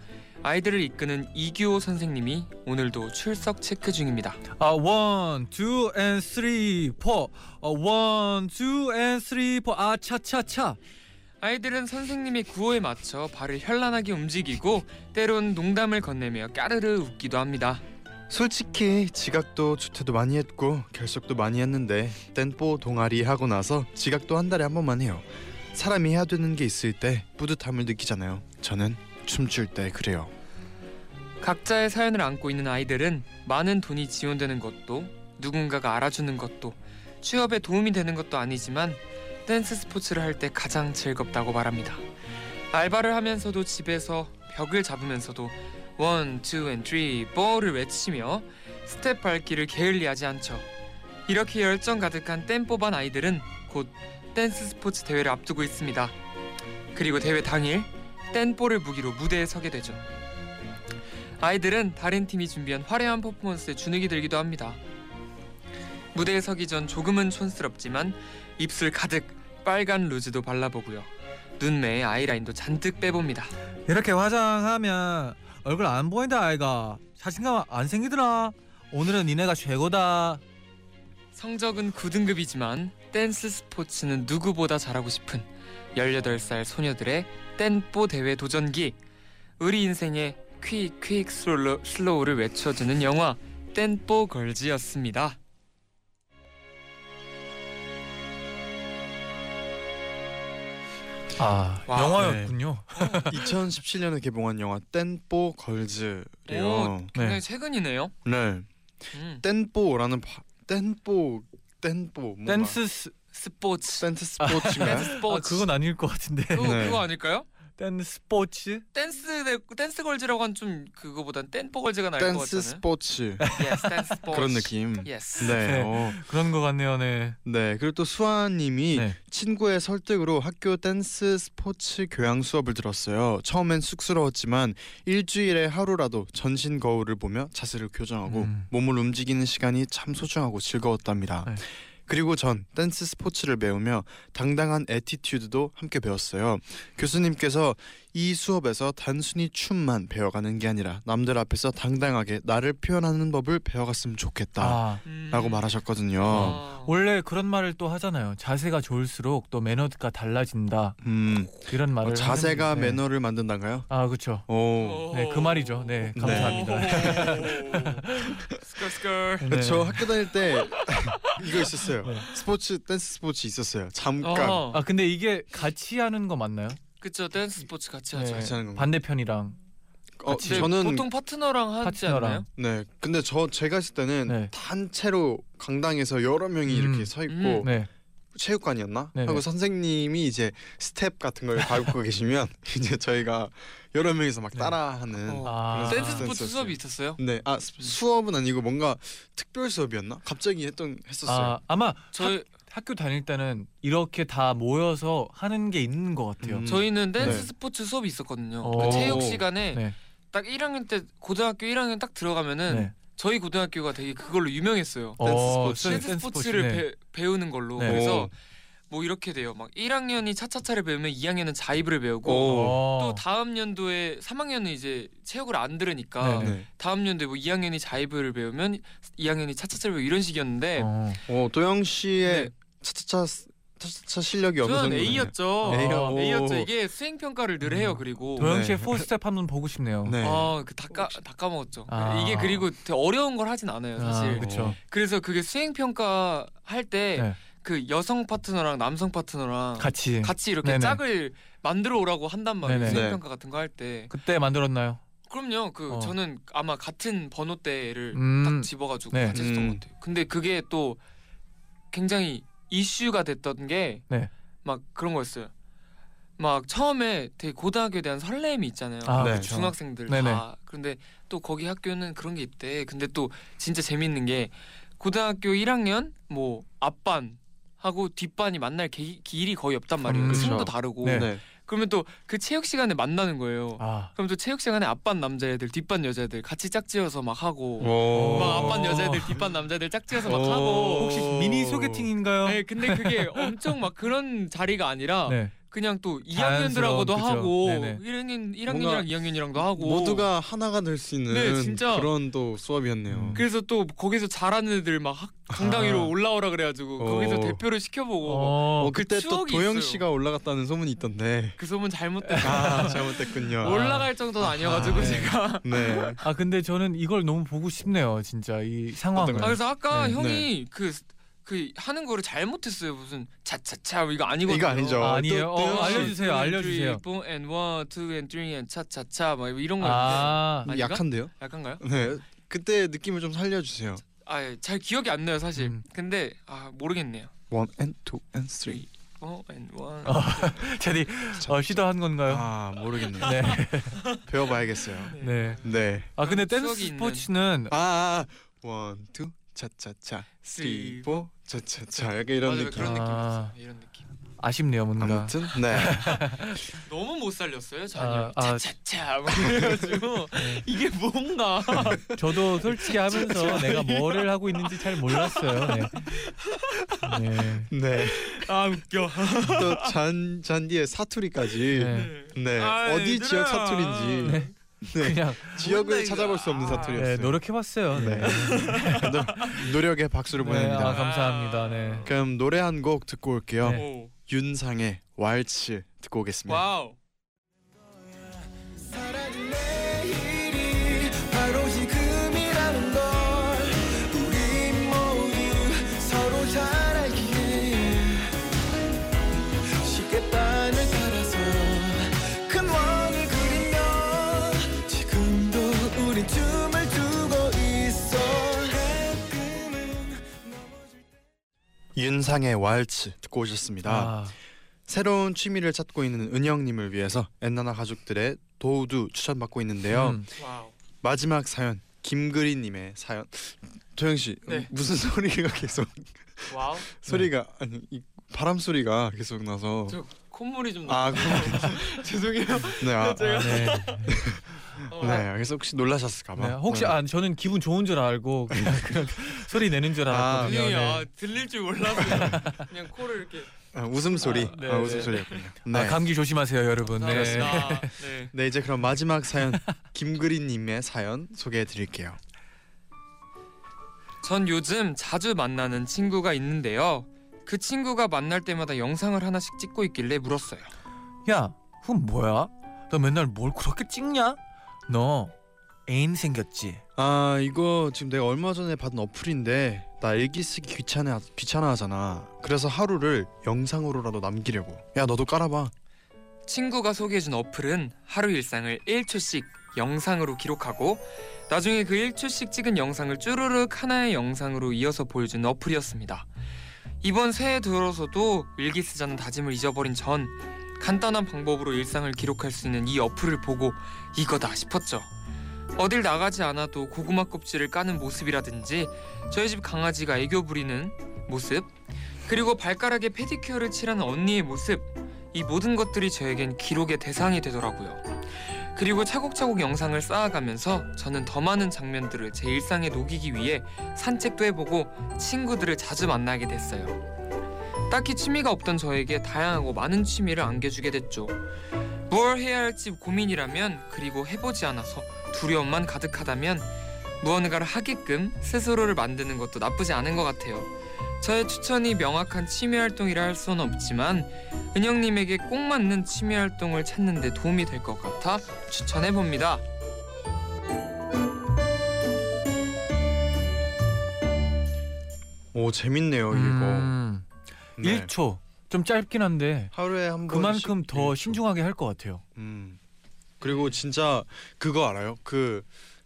E: 아이들을 이끄는 이규호 선생님이 오늘도 출석 체크 중입니다.
B: 아, 원, 투, 앤, 쓰리, 포. 어, 원, 투, 앤, 쓰리, 포. 아, 차차차.
E: 아이들은 선생님의 구호에 맞춰 발을 현란하게 움직이고 때론 농담을 건네며 까르르 웃기도 합니다.
D: 솔직히 지각도 주퇴도 많이 했고 결석도 많이 했는데 땐뽀 동아리 하고 나서 지각도 한 달에 한 번만 해요. 사람이 해야 되는 게 있을 때 뿌듯함을 느끼잖아요. 저는 춤출 때 그래요.
E: 각자의 사연을 안고 있는 아이들은 많은 돈이 지원되는 것도 누군가가 알아주는 것도 취업에 도움이 되는 것도 아니지만 댄스 스포츠를 할 때 가장 즐겁다고 말합니다. 알바를 하면서도 집에서 벽을 잡으면서도 원, 투, 앤, 쓰리, 포를 외치며 스텝 밟기를 게을리하지 않죠. 이렇게 열정 가득한 댄뽀반 아이들은 곧 댄스 스포츠 대회를 앞두고 있습니다. 그리고 대회 당일 댄뽀를 무기로 무대에 서게 되죠. 아이들은 다른 팀이 준비한 화려한 퍼포먼스에 주눅이 들기도 합니다. 무대에 서기 전 조금은 촌스럽지만 입술 가득 빨간 루즈도 발라보고요. 눈매에 아이라인도 잔뜩 빼봅니다.
B: 이렇게 화장하면 얼굴 안 보인다, 아이가. 자신감 안 생기더라. 오늘은 니네가 최고다.
E: 성적은 9등급이지만 댄스 스포츠는 누구보다 잘하고 싶은 18살 소녀들의 댄뽀 대회 도전기 우리 인생의 퀵 퀵 슬로, 슬로우를 외쳐주는 영화 댄뽀 걸즈였습니다.
B: 아,
E: 와,
B: 영화였군요.
D: 2017년에 개봉한 영화 땐뽀 걸즈래요.
E: 굉장히
B: 네.
E: 최근이네요.
D: 네.
E: 음.
D: 땐뽀라는 바... 땐뽀 땐뽀 뭔가
B: 댄스 스...
E: 스포츠
D: 댄스 스포츠인가요?
E: 댄스
B: 아,
E: 스포츠
B: 그건 아닐 것 같은데.
E: 그거,
D: 네.
E: 그거 아닐까요?
B: 댄스 스포츠?
E: 댄스 댄스 걸즈라고 한 좀 그거보단 댄포 걸즈가 나을 것
D: 댄스
E: 같잖아요. 어,
D: 스포츠
E: Yes, 댄스 스포츠
D: 그런 느낌.
E: Yes.
D: 네.
B: 네.
D: 어.
B: 그런 것 같네요, 네.
D: 네. 그리고 또 수아님이
B: 네.
D: 친구의 설득으로 학교 댄스 스포츠 교양 수업을 들었어요. 처음엔 쑥스러웠지만 일주일에 하루라도 전신 거울을 보며 자세를 교정하고
B: 음.
D: 몸을 움직이는 시간이 참 소중하고 즐거웠답니다.
B: 네.
D: 그리고 전 댄스 스포츠를 배우며 당당한 에티튜드도 함께 배웠어요. 교수님께서 이 수업에서 단순히 춤만 배워가는 게 아니라 남들 앞에서 당당하게 나를 표현하는 법을 배워갔으면 좋겠다
B: 아,
E: 음.
D: 라고 말하셨거든요
B: 어.
E: 아.
B: 원래 그런 말을 또 하잖아요. 자세가 좋을수록 또 매너가 달라진다
D: 음,
B: 이런 말을.
D: 어, 자세가
B: 하는데. 네.
D: 매너를 만든단가요?
B: 아 그렇죠.
D: 오.
B: 네, 그 말이죠. 네, 감사합니다.
E: 스컬 스컬.
B: 네.
D: 저 학교 다닐 때 이거 있었어요 스포츠 댄스 스포츠 있었어요 잠깐
E: 어,
B: 아 근데 이게 같이 하는 거 맞나요?
E: 그쵸 댄스 스포츠 같이 하죠.
B: 네,
D: 같이 하는 건가?
B: 반대편이랑.
D: 어,
E: 근데
D: 저는
E: 보통 파트너랑 하지
B: 파트너랑.
E: 않나요?
D: 네 근데 저 제가 했을 때는
B: 네.
D: 단체로 강당에서 여러 명이
B: 음.
D: 이렇게 서 있고
E: 음.
B: 네.
D: 체육관이었나?
B: 네네.
D: 하고 선생님이 이제 스텝 같은 걸 밟고 계시면 이제 저희가 여러 명이서 막
B: 네.
D: 따라하는
E: 어.
B: 아.
D: 그래서
E: 댄스 스포츠
D: 댄스였어요.
E: 수업이 있었어요?
D: 네, 아 수- 수업은 아니고 뭔가 특별 수업이었나? 갑자기 했던 했었어요.
B: 아 아마
E: 저희
B: 학교 다닐 때는 이렇게 다 모여서 하는 게 있는 것 같아요.
D: 음.
E: 저희는 댄스
D: 네.
E: 스포츠 수업이 있었거든요.
B: 오.
E: 그 체육 시간에
B: 네.
E: 딱 1학년 때 고등학교 1학년 딱 들어가면은
B: 네.
E: 저희 고등학교가 되게 그걸로 유명했어요.
B: 어,
D: 댄스 스포츠.
B: 네,
E: 댄스 스포츠를
B: 네.
E: 배, 우는 걸로.
B: 네.
E: 그래서 뭐 이렇게 돼요. 막 1학년이 차차차를 배우면 2학년은 자입을 배우고
D: 오.
B: 어.
E: 또 다음 연도에 3학년은 이제 체육을 안 들으니까
B: 네.
D: 네.
E: 다음 연도에 뭐 2학년이 자입을 배우면 2학년이 차차차를 배우고 이런 식이었는데
B: 어.
D: 어, 도영 씨의
E: 네.
D: 차차차 스- 차차차 실력이 어느
E: 저는
D: 정도?
E: A였죠.
B: A요.
E: 아, A였죠. 이게 수행 평가를 늘
B: 음.
E: 해요. 그리고
B: 도영 씨의
D: 네.
B: 포스텝 한번 보고 싶네요.
D: 네.
E: 아그다 다 까먹었죠.
B: 아.
E: 이게 그리고 되게 어려운 걸 하진 않아요 사실.
B: 그쵸
E: 그래서 그게 수행 평가 할 때
B: 네.
E: 그 여성 파트너랑 남성 파트너랑
B: 어. 같이.
E: 같이 이렇게
B: 네네.
E: 짝을 만들어 오라고 한단 말이에요
B: 네네.
E: 수행
D: 네.
E: 평가 같은 거 할 때
B: 그때 만들었나요?
E: 그럼요 그
B: 어.
E: 저는 아마 같은 번호대를
B: 음.
E: 딱 집어가지고
B: 네.
E: 같이 했던
D: 음.
E: 것 같아요 근데 그게 또 굉장히 이슈가 됐던 게 막
B: 네.
E: 그런 거였어요 막 처음에 되게 고등학교에 대한 설렘이 있잖아요
B: 아,
D: 네.
B: 그쵸.
E: 중학생들
B: 네네.
E: 다 근데 또 거기 학교는 그런 게 있대 근데 또 진짜 재밌는 게 고등학교 1학년 뭐 앞반 하고 뒷반이 만날 기, 길이 거의 없단 말이에요
B: 음,
E: 음,
B: 그쵸.
E: 도 다르고
B: 네.
D: 네.
E: 그러면 또 그 체육 시간에 만나는 거예요
B: 아.
E: 그럼 또 체육 시간에 앞반 남자애들 뒷반 여자애들 같이 짝지어서 막 하고
D: 오.
E: 막 앞반 여자애들 뒷반 남자애들 짝지어서 막
D: 오.
E: 하고
B: 혹시 미니 소개팅인가요?
E: 네, 근데 그게 엄청 막 그런 자리가 아니라
B: 네.
E: 그냥 또
B: 자연스러운,
E: 2학년들하고도
B: 그죠.
E: 하고
B: 네네.
E: 1학년
D: 뭔가
E: 1학년이랑 2학년이랑도 하고
D: 모두가 하나가 될 수 있는
E: 네, 진짜.
D: 그런 또 수업이었네요.
B: 음.
E: 그래서 또 거기서 잘하는 애들 막 학- 강당
B: 아.
E: 위로 올라오라 그래가지고
D: 어.
E: 거기서 대표를 시켜보고 막
B: 어.
D: 어, 그때 또
E: 추억이
D: 도영
E: 있어요.
D: 씨가 올라갔다는 소문이 있던데.
E: 그 소문 잘못됐다
D: 아, 잘못됐군요.
E: 올라갈 정도는 아니어가지고
B: 네.
E: 제가
D: 네.
B: 아 근데 저는 이걸 너무 보고 싶네요. 진짜 이 상황을.
E: 아,
D: 어떤가요?
E: 그래서 아까
B: 네.
E: 형이 그, 그 하는 거를 잘못했어요 무슨 차차차 이거 아니거든요
D: 이거 아니죠.
B: 아, 아니에요?
D: 또-
B: 어,
D: 또-
E: 네,
B: 알려주세요. 알려주세요.
E: 4 and 1, 2 and 3 and 차차차 막뭐 이런 거 있는데
B: 아.
E: 아닌가?
D: 약한데요?
E: 약한가요?
D: 네. 그때 느낌을 좀 살려주세요.
E: 아잘 기억이 안 나요 사실
B: 음.
E: 근데 아 모르겠네요
D: One and two and three.
E: 4 and 1
B: 아, 제디 어, 시도한 건가요?
D: 아 모르겠네.
B: 네.
D: 배워봐야겠어요.
B: 네.
D: 네.
B: 아 근데
E: 추억이
B: 댄스
E: 있는.
B: 스포츠는
D: 아, 아 one two 차차차 three four 차차차 약간 이런
E: 맞아요
D: 느낌.
E: 그런
B: 아.
E: 느낌이었어요 이런 느낌
B: 아쉽네요 뭔가.
D: 아무튼 네.
E: 너무 못 살렸어요
B: 아, 네.
E: 전혀
B: 아.
E: 차차차 막 그래가지고 이게 뭔가
B: 저도 솔직히 하면서 내가 뭐를 하고 있는지 잘 몰랐어요. 네. 네.
D: 네.
E: 아 웃겨
D: 또 잔 잔디의 사투리까지.
B: 네.
D: 네.
E: 아,
D: 어디
E: 얘들아.
D: 지역 사투리인지
B: 네.
D: 네.
B: 그냥
D: 지역을
E: 이거.
D: 찾아볼 수 없는
E: 아.
B: 네,
D: 사투리였어요.
B: 노력해봤어요. 네.
D: 네. 노- 노력의 박수를
B: 네, 아,
D: 보냅니다.
B: 감사합니다. 네.
D: 그럼 노래 한 곡 듣고 올게요.
B: 네.
E: 오.
D: 윤상의 왈츠 듣고 오겠습니다.
E: 와우
A: 사라진 내일이 바로 지금이라는 걸 우리 모두 서로 잘 알기에 쉽게 땅을 따라서 큰 원을 그리며 지금도 우린 춤을 추고 있어 가끔은 넘어질
D: 윤상의 왈츠 듣고 오셨습니다.
B: 아,
D: 새로운 취미를 찾고 있는 은영님을 위해서 엔나나 가족들의 도우두 추천받고 있는데요.
B: 음.
E: 와우
D: 마지막 사연 김그리님의 사연. 도영 씨
E: 네.
D: 무슨 소리가 계속
E: 와우
D: 소리가 아니 이 바람 소리가 계속 나서
E: 저 콧물이 좀 나.
D: 아 그럼
E: 죄송해요
D: 네, 아,
B: 아, 네.
E: 어.
D: 네 그래서 혹시 놀라셨을까봐
B: 네. 혹시 아 저는 기분 좋은 줄 알고 그냥 그런 소리 내는 줄
D: 아,
B: 알았거든요.
E: 죄송해요
B: 네.
E: 아, 들릴 줄 몰라서 그냥 코를 이렇게
D: 아, 웃음소리.
B: 아, 네,
D: 아,
B: 네.
D: 웃음소리였군요. 네.
B: 아, 감기 조심하세요, 여러분. 네.
E: 반갑습니다. 네.
D: 네 이제 그럼 마지막 사연 김그린님의 사연 소개해드릴게요.
E: 전 요즘 자주 만나는 친구가 있는데요. 그 친구가 만날 때마다 영상을 하나씩 찍고 있길래 물었어요.
B: 야, 그건 뭐야? 너 맨날 뭘 그렇게 찍냐? 너 애인 생겼지?
D: 아 이거 지금 내가 얼마 전에 받은 어플인데 나 일기 쓰기 귀찮아 귀찮아하잖아. 그래서 하루를 영상으로라도 남기려고. 야 너도 깔아봐.
E: 친구가 소개해준 어플은 하루 일상을 1초씩 영상으로 기록하고 나중에 그 1초씩 찍은 영상을 쭈르륵 하나의 영상으로 이어서 보여준 어플이었습니다. 이번 새해 들어서도 일기 쓰자는 다짐을 잊어버린 전 간단한 방법으로 일상을 기록할 수 있는 이 어플을 보고 이거다 싶었죠. 어딜 나가지 않아도 고구마 껍질을 까는 모습이라든지 저희 집 강아지가 애교 부리는 모습 그리고 발가락에 페디큐어를 칠한 언니의 모습 이 모든 것들이 저에겐 기록의 대상이 되더라고요. 그리고 차곡차곡 영상을 쌓아가면서 저는 더 많은 장면들을 제 일상에 녹이기 위해 산책도 해보고 친구들을 자주 만나게 됐어요. 딱히 취미가 없던 저에게 다양하고 많은 취미를 안겨주게 됐죠. 무엇 해야 할지 고민이라면 그리고 해보지 않아서 두려움만 가득하다면 무언가를 하게끔 스스로를 만드는 것도 나쁘지 않은 것 같아요. 저의 추천이 명확한 취미 활동이라 할 수는 없지만 은영님에게 꼭 맞는 취미 활동을 찾는데 도움이 될 것 같아 추천해 봅니다.
D: 오 재밌네요
B: 음,
D: 이거. 네.
B: 어, 1초. 좀 짧긴 한데
D: 하루에 한 번.
B: 그만큼 더 신중하게 할 것 같아요.
D: 음. 그리고 진짜 그거 알아요? 그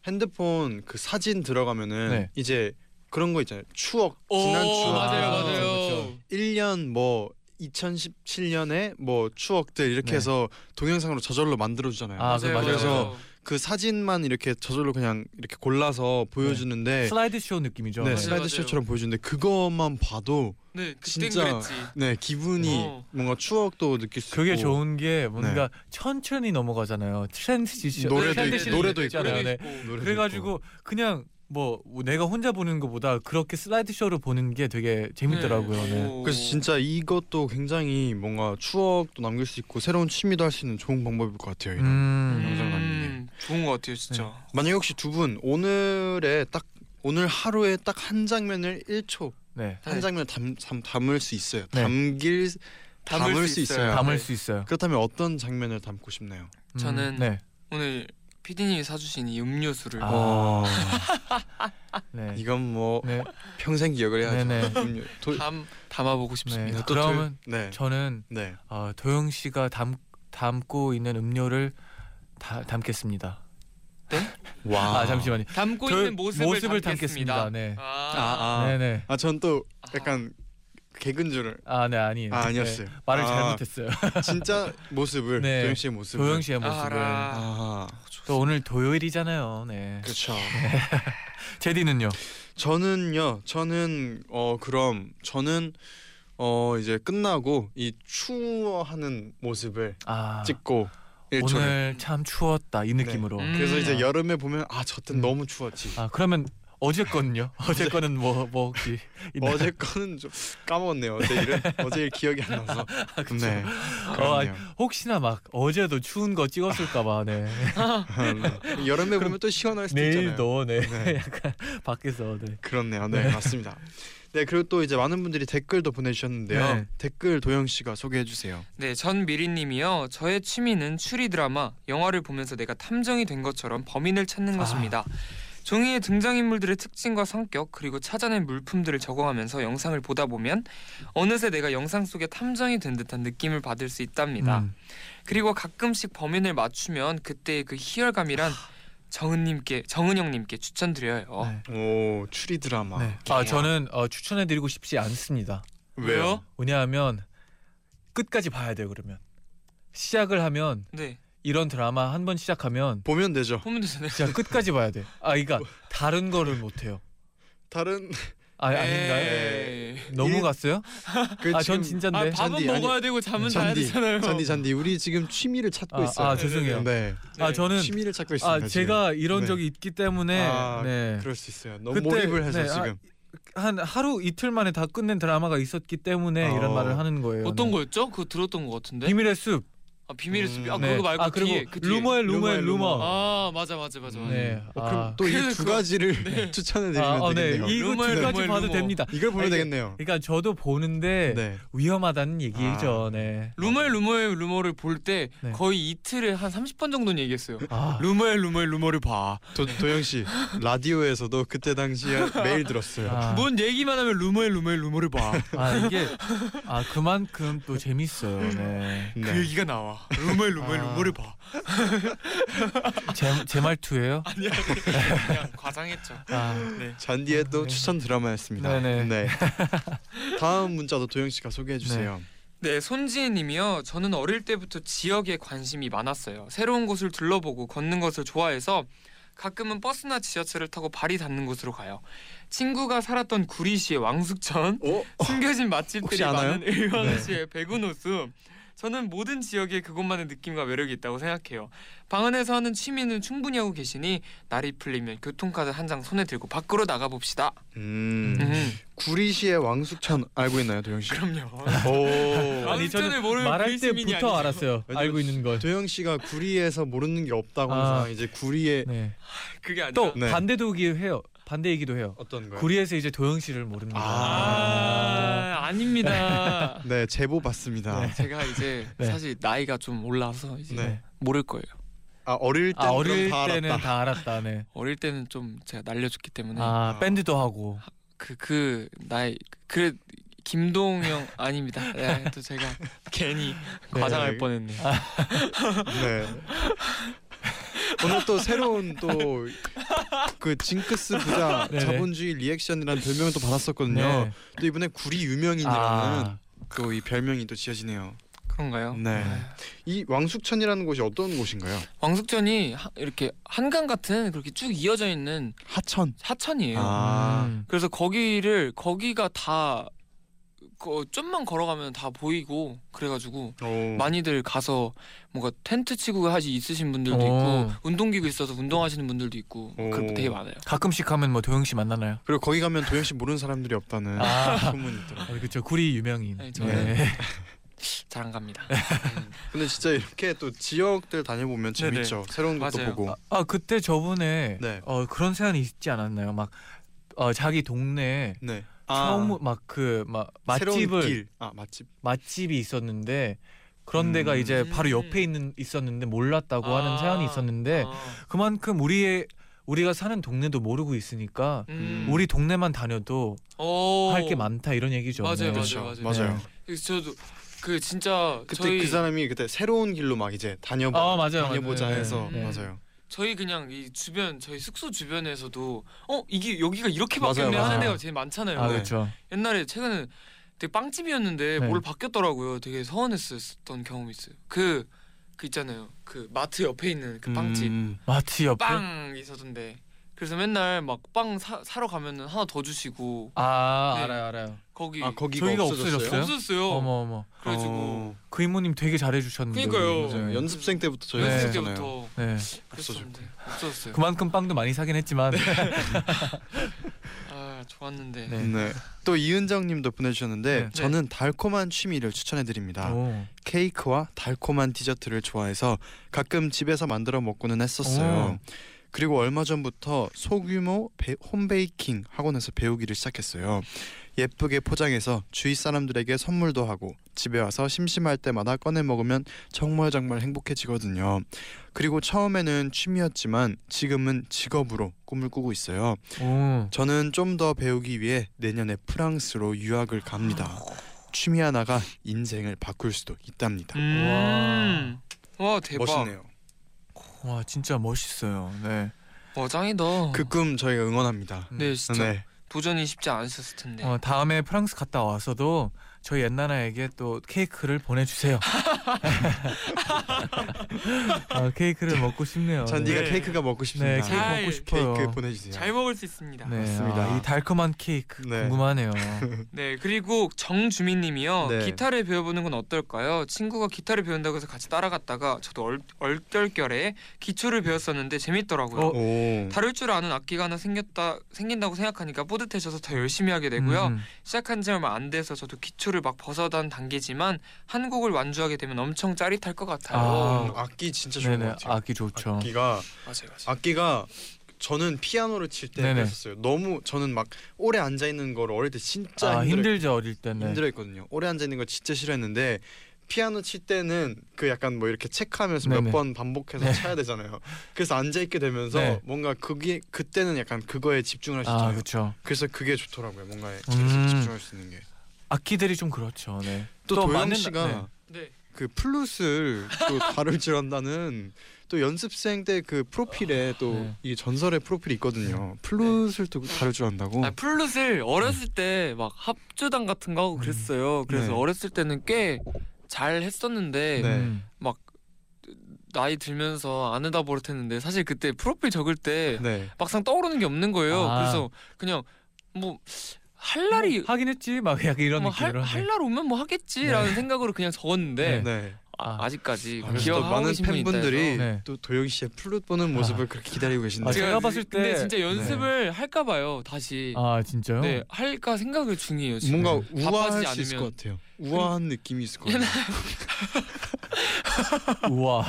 D: 핸드폰 그 사진 들어가면은
B: 네.
D: 이제 그런 거 있잖아요. 추억 지난 추억.
B: 맞아요,
D: 아,
B: 맞아요.
D: 1년 뭐 2017년에 뭐 추억들 이렇게
B: 네.
D: 해서 동영상으로 저절로 만들어 주잖아요.
B: 아, 그 맞아요.
D: 그래서 그 사진만 이렇게 저절로 그냥 이렇게 골라서 보여주는데
B: 슬라이드 쇼 느낌이죠.
D: 네,
E: 맞아요,
D: 슬라이드 쇼처럼 보여주는데 그것만 봐도
E: 네 그땐
D: 진짜
E: 그랬지.
D: 네 기분이
E: 어.
D: 뭔가 추억도 느낄 수
B: 그게
D: 있고
B: 좋은 게 뭔가 천천히 넘어가잖아요. 트랜지션
D: 네. 노래도
B: 트랜지션
D: 있- 노래도 있고.
B: 있잖아요. 네.
E: 네, 있고.
D: 노래도
B: 그래가지고 그냥 뭐 내가 혼자 보는 것보다 그렇게 슬라이드 쇼를 보는 게 되게 재밌더라고요.
E: 네.
B: 네.
E: 오.
D: 그래서 진짜 이것도 굉장히 뭔가 추억도 남길 수 있고 새로운 취미도 할 수 있는 좋은 방법일 것 같아요. 이런.
B: 음.
D: 영상 남기는
E: 음, 좋은 것 같아요 진짜.
D: 만약에 혹시 두 분 오늘의 딱 오늘 하루에 딱 한 장면을 1초
B: 네.
E: 네.
D: 한 장면을 담, 담, 담을 수 있어요.
B: 네.
D: 담길 담을,
E: 담을
D: 수
E: 수
D: 있어요.
E: 있어요.
B: 담을
E: 네.
B: 수 있어요.
D: 그렇다면 어떤 장면을 담고 싶나요?
B: 음,
E: 저는-
B: 네.
E: 오늘 PD님이 사주신 이 음료수를
B: 아.
D: 어,
B: 네.
D: 이건 뭐
B: 네.
D: 평생 기억을 해야죠.
B: 네네.
D: 음료, 도,
E: 담 담아보고
B: 네.
E: 싶습니다.
D: 그 또
B: 그러면
D: 네.
B: 저는
D: 네.
B: 어, 도영 씨가 담 담고 있는 음료를 다, 담겠습니다.
D: 와.
B: 아, 잠시만요.
E: 담고
B: 저-
E: 있는 모습을,
B: 모습을
E: 담겠습니다.
B: 담겠습니다. 네.
E: 아,
D: 아, 아.
B: 네네.
D: 아, 전 또 약간 개근 줄을
B: 아, 네 아니에요.
D: 아, 아니었어요.
B: 네. 말을
D: 아.
B: 잘못했어요.
D: 진짜 모습을
B: 네.
D: 도영 씨의 모습을.
B: 도영 씨의 모습을.
E: 알아.
D: 아.
B: 또 오늘 토요일이잖아요. 네.
D: 그렇죠.
B: 제디는요.
D: 저는요. 저는 어 그럼 저는 어 이제 끝나고 이 추워하는 모습을
B: 아
D: 찍고 1초를
B: 오늘 참 추웠다 이 느낌으로.
E: 네. 음.
D: 그래서 이제
B: 아.
D: 여름에 보면 아 저땐
B: 음.
D: 너무 추웠지.
B: 아 그러면 어제 거는요? 어제 거는 뭐뭐 혹시 있나요?
D: 어제 거는 좀 까먹었네요. 어제 일은 어제 일 기억이 안 나서.
B: 아, 그쵸.
D: 네.
B: 어,
D: 그렇네요.
B: 혹시나 막 어제도 추운 거 찍었을까봐 네.
D: 네. 여름에 보면 또 시원할 수도 있잖아요.
B: 아, 내일도 네
D: 네.
B: 약간 밖에서 네.
D: 그렇네요. 네, 맞습니다. 네, 그리고 또 이제 많은 분들이 댓글도 보내주셨는데요.
B: 네.
D: 댓글 도영 씨가 소개해 주세요.
E: 네, 전 미리님이요. 저의 취미는 추리 드라마, 영화를 보면서 내가 탐정이 된 것처럼 범인을 찾는
B: 아.
E: 것입니다. 종이에 등장인물들의 특징과 성격 그리고 찾아낸 물품들을 적어가면서 영상을 보다 보면 어느새 내가 영상 속에 탐정이 된 듯한 느낌을 받을 수 있답니다.
B: 음.
E: 그리고 가끔씩 범인을 맞추면 그때의 그 희열감이란 정은님께 정은영님께 추천드려요.
B: 네.
D: 오, 추리 드라마.
B: 네. 아 저는 어, 추천해드리고 싶지 않습니다.
D: 왜요?
B: 왜냐하면 끝까지 봐야 돼요. 그러면 시작을 하면
E: 네,
B: 이런 드라마 한 번 시작하면
D: 보면 되죠.
E: 보면 되잖아요.
B: 진짜 끝까지 봐야 돼. 아, 그러니까 다른 거를 못 해요.
D: 다른
B: 아, 아닌가요?
E: 에이.
B: 너무
D: 일-
B: 갔어요?
D: 그
B: 아,
D: 지금
B: 전 진짠데.
E: 아, 밥은
D: 네, 잔디, 아니-
E: 먹어야 되고 잠은 자야
D: 잔디,
E: 되잖아요.
D: 잔디 잔디 우리 지금 취미를 찾고
B: 아,
D: 있어요.
B: 아, 죄송해요.
D: 네.
B: 아,
E: 네.
B: 저는
D: 취미를 찾고 있습니다.
B: 아, 제가 이런
D: 네.
B: 적이 있기 때문에
D: 아,
B: 네.
D: 그럴 수 있어요. 너무
B: 그때-
D: 몰입을 해서
B: 네, 아,
D: 지금.
B: 한 하루 이틀 만에 다 끝낸 드라마가 있었기 때문에
D: 어.
B: 이런 말을 하는 거예요.
E: 어떤
B: 네.
E: 거였죠? 그거 들었던 것 같은데.
B: 비밀의 숲.
E: 아 비밀의
D: 음,
E: 숲이 아
B: 네.
E: 그거 말고
B: 아, 그리고
E: 뒤에 그 뒤에.
B: 루머의 루머의
D: 루머의
B: 루머.
E: 아 맞아 맞아 맞아. 맞아.
B: 네.
D: 어, 그럼
B: 아.
D: 또 이
E: 그래서 네.
D: 두
E: 그거-
D: 가지를 추천해 드리면
B: 아, 어, 네.
D: 되겠네요.
B: 이거
E: 루머의
B: 두 가지
E: 루머의
B: 봐도
E: 루머.
B: 됩니다.
D: 이걸 보면
B: 아니,
D: 되겠네요.
B: 그러니까 저도 보는데
D: 네. 아.
B: 위험하다는 얘기죠. 네.
E: 루머의 루머의 루머를 볼 때
B: 네.
E: 거의 이틀에 한 30번 정도는 얘기했어요.
B: 아,
E: 루머의 루머의 루머를 봐.
D: 도, 도영 씨 라디오에서도 그때 당시에 매일 들었어요.
B: 아,
E: 뭔 얘기만 하면 루머의 루머의 루머를 봐.
B: 아, 이게 아 그만큼 또 재밌어요. 네.
D: 네.
E: 그 얘기가 나와. 루머의 루머의
B: 아.
E: 루머를 봐.
B: 제, 제 말투예요?
E: 아니야. 그냥 과장했죠.
B: 아,
D: 잔디의 또
B: 네.
D: 추천 드라마였습니다.
B: 네네.
D: 네. 다음 문자도 도영 씨가 소개해 주세요.
E: 네, 손지혜님이요. 저는 어릴 때부터 지역에 관심이 많았어요. 새로운 곳을 둘러보고 걷는 것을 좋아해서 가끔은 버스나 지하철을 타고 발이 닿는 곳으로 가요. 친구가 살았던 구리시의 왕숙천,
D: 오?
E: 숨겨진 맛집들이
D: 어, 혹시 아나요?
E: 많은 의왕시의 백운호수. 저는 모든 지역에 그곳만의 느낌과 매력이 있다고 생각해요. 방 안에서 하는 취미는 충분히 하고 계시니 날이 풀리면 교통카드 한 장 손에 들고 밖으로 나가 봅시다.
D: 음.
E: 음,
D: 구리시의 왕숙천 알고 있나요, 도영 씨?
E: 그럼요.
D: 오.
E: 아니, 저는 모르는
B: 말할
E: 그리스민이
B: 때부터
E: 아니죠.
B: 알았어요.
D: 왜냐면
B: 알고 있는 걸.
D: 도영 씨가 구리에서 모르는 게 없다고
B: 아.
D: 항상 이제 구리의
B: 네.
E: 그게 아니라
B: 또
D: 네.
B: 반대도 해요. 반대이기도 해요.
D: 어떤 거요?
B: 구리에서 이제 도영 씨를 모릅니다.
D: 네. 아.
E: 아, 아닙니다. 네,
D: 네, 제보 받습니다.
E: 제가 이제
B: 네.
E: 사실 나이가 좀 올라서 이제
D: 네.
E: 모를 거예요.
D: 아, 어릴 때
B: 아, 어릴
D: 다
B: 때는
D: 알았다.
B: 다 알았다. 네.
E: 어릴 때는 좀 제가 날려줬기
D: 네.
E: 때문에
B: 아 밴드도 하고.
E: 그 그 나이 그래 김동영 아닙니다. 네, 또 제가 괜히 과장할 뻔했네요.
D: 네. 오늘 또 새로운 또 그 징크스 부자
B: 네네.
D: 자본주의 리액션이라는 별명을 또 받았었거든요.
B: 네.
D: 또 이번에 구리 유명인이라는
B: 아,
D: 또 이 별명이 또 지어지네요.
E: 그런가요?
D: 네. 이 왕숙천이라는 곳이 어떤 곳인가요?
E: 왕숙전이 하- 이렇게 한강 같은 그렇게 쭉 이어져 있는
D: 하천.
E: 하천이에요.
D: 아.
B: 음.
E: 그래서 거기를 거기가 다 거, 좀만 걸어가면 다 보이고 그래가지고
D: 오.
E: 많이들 가서 뭔가 텐트 치고 하시 있으신 분들도
B: 오.
E: 있고 운동기구 있어서 운동하시는 분들도 있고
D: 오.
E: 그 되게 많아요.
B: 가끔씩 하면 뭐 도영 씨 만나나요?
D: 그리고 거기 가면 도영 씨 모르는 사람들이 없다는
B: 아.
D: 소문이 있더라고요.
B: 그렇죠. 구리 유명인.
E: 네, 저는-
B: 네.
E: 잘 안 갑니다.
D: 근데 진짜 이렇게 또 지역들 다녀보면
E: 네네.
D: 재밌죠. 새로운 것도
E: 맞아요.
D: 보고.
B: 아 그때 저번에
D: 네.
B: 어, 그런 사연이 있지 않았나요? 막 어, 자기 동네
D: 네.
B: 처음 막 그 막
D: 새로운
B: 맛집을
D: 길. 아 맛집.
B: 맛집이 있었는데 그런 데가
D: 음.
B: 이제 바로 옆에
E: 음.
B: 있는 있었는데 몰랐다고 하는
E: 아.
B: 사연이 있었는데
E: 아.
B: 그만큼 우리의 우리가 사는 동네도 모르고 있으니까
E: 음.
B: 우리 동네만 다녀도
E: 오.
B: 할 게 많다 이런 얘기죠. 네.
E: 맞아요, 맞아요.
D: 맞아요.
B: 네.
E: 그래서 저도 그 진짜
D: 그때
E: 저희
D: 그 사람이 그때 새로운 길로 막 이제 다녀보,
B: 아, 맞아요,
D: 다녀보자
B: 맞아요.
D: 해서
E: 네.
D: 맞아요.
E: 저희 그냥 이 주변 저희 숙소 주변에서도 어 이게 여기가 이렇게 바뀌었네
D: 맞아요,
E: 하는
B: 맞아요.
E: 데가 제일 많잖아요.
B: 아
D: 네.
B: 그렇죠.
E: 옛날에 최근에 되게 빵집이었는데
B: 네.
E: 뭘 바뀌었더라고요. 되게 서운했었던 경험이 있어요. 그, 그 있잖아요. 그 마트 옆에 있는 그 빵집
D: 음.
B: 마트 옆에
E: 빵 있었던데. 그래서 맨날 막 빵 사러 가면은 하나 더 주시고
B: 아
E: 네.
B: 알아요 알아요.
E: 거기
D: 아 거기가
B: 저희가
D: 없어졌어요?
B: 없어졌어요?
E: 없었어요.
B: 어머 어머
E: 그래가지고
D: 어,
B: 그 이모님 되게 잘해주셨는데.
E: 그러니까요.
B: 우리.
D: 맞아요.
B: 네.
D: 연습생 때부터 저희가
E: 연습
B: 네.
D: 했잖아요.
E: 때부터
B: 네.
E: 없었는데 없었어요.
B: 그만큼 빵도 많이 사긴 했지만
E: 네. 아 좋았는데.
B: 네.
D: 네. 또 이은정님도 보내주셨는데
B: 네. 어.
D: 저는 달콤한 취미를 추천해드립니다.
B: 오.
D: 케이크와 달콤한 디저트를 좋아해서 가끔 집에서 만들어 먹고는 했었어요. 그리고 얼마 전부터 소규모 베- 홈베이킹 학원에서 배우기를 시작했어요. 예쁘게 포장해서 주위 사람들에게 선물도 하고 집에 와서 심심할 때마다 꺼내 먹으면 정말 정말 행복해지거든요. 그리고 처음에는 취미였지만 지금은 직업으로 꿈을 꾸고 있어요.
B: 오.
D: 저는 좀 더 배우기 위해 내년에 프랑스로 유학을 갑니다. 취미 하나가 인생을 바꿀 수도 있답니다.
E: 음. 와, 대박.
D: 멋있네요.
B: 와 진짜 멋있어요. 네.
E: 와 짱이다.
B: 어.
D: 그 꿈 저희가 응원합니다.
E: 네 진짜
D: 네.
E: 도전이 쉽지 않으셨을 텐데.
B: 어, 다음에 프랑스 갔다 와서도 저희 엔나나에게 또 케이크를 보내주세요. 아, 케이크를 먹고 싶네요.
D: 전
B: 네.
D: 네가
F: 네.
D: 케이크가
B: 네,
D: 먹고 싶습니다.
B: 케이크
F: 잘
B: 먹고 싶어요.
D: 케이크 보내주세요.
F: 잘 먹을 수 있습니다.
B: 네,
D: 맞습니다.
B: 아, 이 달콤한 케이크
D: 네.
B: 궁금하네요.
F: 네 그리고 정주민님이요
D: 네.
F: 기타를 배워보는 건 어떨까요? 친구가 기타를 배운다고 해서 같이 따라갔다가 저도 얼, 얼결결에 기초를 배웠었는데
D: 어,
F: 재밌더라고요.
D: 오.
F: 다룰 줄 아는 악기가 하나 생겼다 생긴다고 생각하니까 뿌듯해져서 더 열심히 하게 되고요.
B: 음,
F: 시작한 지 얼마 안 돼서 저도 기초를 막 벗어난 단계지만 한 곡을 완주하게 되면 엄청 짜릿할 것 같아요.
B: 아.
D: 악기 진짜 좋은
B: 네네,
D: 것 같아요.
B: 아기 좋죠.
D: 악기가
F: 맞아요, 맞아요.
D: 악기가 저는 피아노를 칠 때
B: 네네.
D: 그랬었어요. 너무 저는 막 오래 앉아 있는 걸 어릴 때 진짜
B: 아,
D: 힘들
B: 힘들죠 어릴 때는.
D: 힘들어했거든요. 오래 앉아 있는 거 진짜 싫어했는데 피아노 칠 때는 그 약간 뭐 이렇게 체크하면서
B: 네네.
D: 몇 번 반복해서
B: 네.
D: 쳐야 되잖아요. 그래서 앉아 있게 되면서
B: 네.
D: 뭔가 그게 그때는 약간 그거에 집중을 할 수
B: 아
D: 있잖아요.
B: 그렇죠.
D: 그래서 그게 좋더라고요. 뭔가 계속
B: 음.
D: 집중할 수 있는 게.
B: 악기들이 좀 그렇죠. 네.
D: 또, 도영
B: 맞는-
D: 씨가
B: 네.
F: 네.
D: 그 플룻을 또 다룰 줄 안다는 또 연습생 때 그 프로필에 또
B: 네.
D: 이 전설의 프로필이 있거든요. 플룻을 또 다룰 줄 안다고.
E: 아, 플룻을 어렸을 때 막 합주단 같은 거 하고 그랬어요. 그래서
D: 네.
E: 어렸을 때는 꽤 잘 했었는데
D: 네.
B: 음.
E: 나이 들면서 안 하다 버릇했는데 사실 그때 프로필 적을 때
D: 네.
E: 막상 떠오르는 게 없는 거예요.
B: 아.
E: 그래서 그냥 뭐 할 날이
B: 어, 하긴 했지 막 약간 이런 네.
E: 뭐 할
B: 느낌으로.
E: 날 오면 뭐 하겠지라는 생각으로 그냥 적었는데
B: 네.
D: 네.
E: 아, 아직까지
D: 아, 그래서 또
E: 기억하고
D: 많은
E: 계신 분이 있다 해서.
D: 팬분들이
B: 네.
D: 또 도영 씨의 플룻 보는 모습을 그렇게 기다리고 계신데.
B: 아,
E: 제가
B: 제가 봤을
E: 근데
B: 때- 네.
E: 진짜 연습을 할까 봐요 다시
B: 아 진짜요?
E: 네 할까 생각을 중이에요 지금
D: 뭔가
E: 바빠지지
D: 우아할 수 있을
E: 않으면.
D: 것 같아요. 우아한 느낌이 있을 것 같아요.
B: 우와.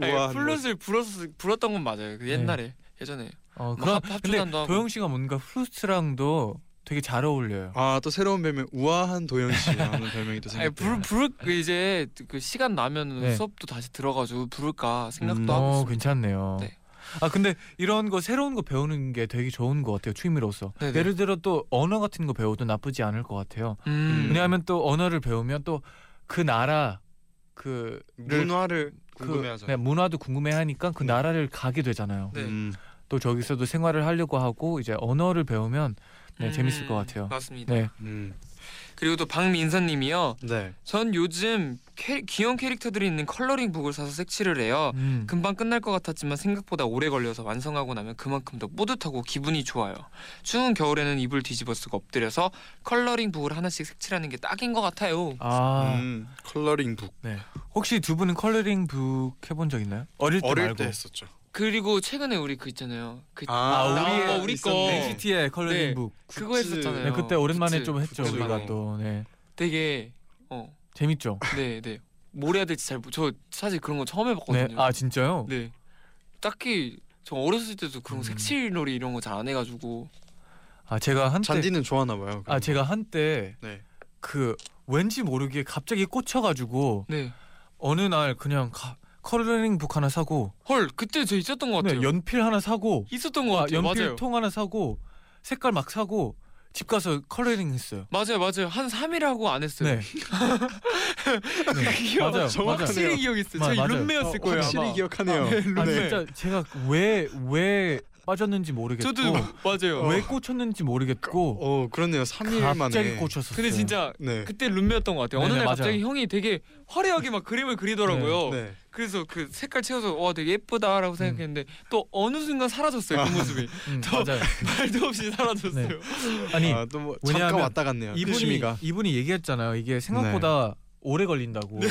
E: 아니,
D: 우아한
E: 플룻을 불었, 불었던 건 맞아요 그 옛날에 예전에
B: 어,
E: 막
B: 네. 그럼
E: 합-
B: 근데
E: 합주단도 하고.
B: 도영 씨가 뭔가 플루트랑도 되게 잘 어울려요.
D: 아또 새로운 별명 우아한 도영 씨라는 별명이 또
E: 아니, 부를
D: 생겼대요.
E: 부를 그 이제 그 시간 나면
B: 네.
E: 수업도 다시 들어가지고 부를까 생각도
D: 음,
E: 하고
B: 어,
E: 있습니다.
B: 괜찮네요.
E: 네.
B: 아 근데 이런 거 새로운 거 배우는 게 되게 좋은 것 같아요 취미로서.
E: 네네.
B: 예를 들어 또 언어 같은 거 배워도 나쁘지 않을 것 같아요.
E: 음.
B: 왜냐하면 또 언어를 배우면 또 그 나라 그
D: 문화를
B: 그-
D: 궁금해하죠.
B: 네, 문화도 궁금해하니까
E: 네.
B: 그 나라를 가게 되잖아요.
F: 네.
D: 음.
B: 또 저기서도 생활을 하려고 하고 이제 언어를 배우면 네,
F: 음,
B: 재밌을 것 같아요.
F: 맞습니다.
B: 네.
D: 음.
F: 그리고 또 박민선님이요.
D: 네.
F: 전 요즘 캐, 귀여운 캐릭터들이 있는 컬러링 북을 사서 색칠을 해요.
B: 음.
E: 그
F: 금방 끝날 것 같았지만 생각보다 오래 걸려서 완성하고 나면 그만큼 더 뿌듯하고 기분이 좋아요. 추운 겨울에는 이불 뒤집어 쓰고 엎드려서 컬러링 북을 하나씩 색칠하는 게 딱인 것 같아요.
B: 아
D: 음. 컬러링 북
B: 혹시 두 분은 컬러링 북 해본 적 있나요? 어릴 때
D: 어릴
B: 말고.
D: 때 했었죠.
E: 그리고 최근에 우리 그 있잖아요 그
B: 아,
E: 나-
B: 우리의
E: 우리 거
D: 어. 있었네.
B: NCT의 컬러링
E: 네.
B: 북.
E: 그거
D: 굿즈.
E: 했었잖아요.
B: 네, 그때 오랜만에
E: 굿즈.
B: 좀 했죠.
D: 굿즈
B: 우리가
D: 많이.
B: 또 네.
E: 되게 어
B: 재밌죠.
E: 네, 네. 뭘 해야 될지 잘 저 사실 그런 거 처음 해봤거든요.
B: 네.
E: 네.
B: 아 진짜요?
E: 딱히 저 어렸을 때도 그런
B: 음.
E: 색칠놀이 이런 거 잘 안 해가지고
B: 아 제가 한때
D: 잔디는 좋아하나 봐요.
B: 아 제가 한때
D: 네.
B: 그 왠지 모르게 갑자기 꽂혀가지고
E: 네.
B: 어느 날 그냥 가, 컬러링 북 하나 사고
E: 헐 그때 저 있었던 것
B: 네,
E: 같아요.
B: 연필 하나 사고
E: 있었던 것
B: 아,
E: 같아요. 맞아요.
B: 연필통 하나 사고 색깔 막 사고 집 가서 컬러링 했어요.
E: 맞아요, 맞아요. 한 3일 하고 안 했어요.
B: 네. 네.
E: 기억-
B: 맞아요.
D: 정확하네요.
B: 맞아요.
E: 확실히 기억 있어요.
B: 마-
E: 저희
B: 맞아요.
E: 룸메였을
B: 어,
E: 거예요.
D: 확실히
E: 아마.
D: 기억하네요.
B: 아
D: 네.
B: 진짜 제가 왜 왜 빠졌는지 모르겠고
E: 저도 맞아요.
B: 왜 꽂혔는지 모르겠고
D: 어 그렇네요. 3일
B: 갑자기
D: 만에.
B: 꽂혔었어요.
E: 근데 진짜
D: 네.
E: 그때 룸메였던 것 같아요. 어느
B: 네네,
E: 날
B: 맞아요.
E: 갑자기 형이 되게 화려하게 막 그림을 그리더라고요.
D: 네.
E: 그래서 그 색깔 채워서 와 되게 예쁘다라고 생각했는데 또 어느 순간 사라졌어요 그 모습이
B: 음,
E: 더-
B: 맞아요.
E: 말도 없이 사라졌어요.
B: 네. 아니
D: 아, 또뭐 잠깐
B: 왜냐하면
D: 왔다 갔네요.
B: 이분이
D: 취미가. 네.
B: 이분이 얘기했잖아요. 이게 생각보다 오래 걸린다고.
E: 네,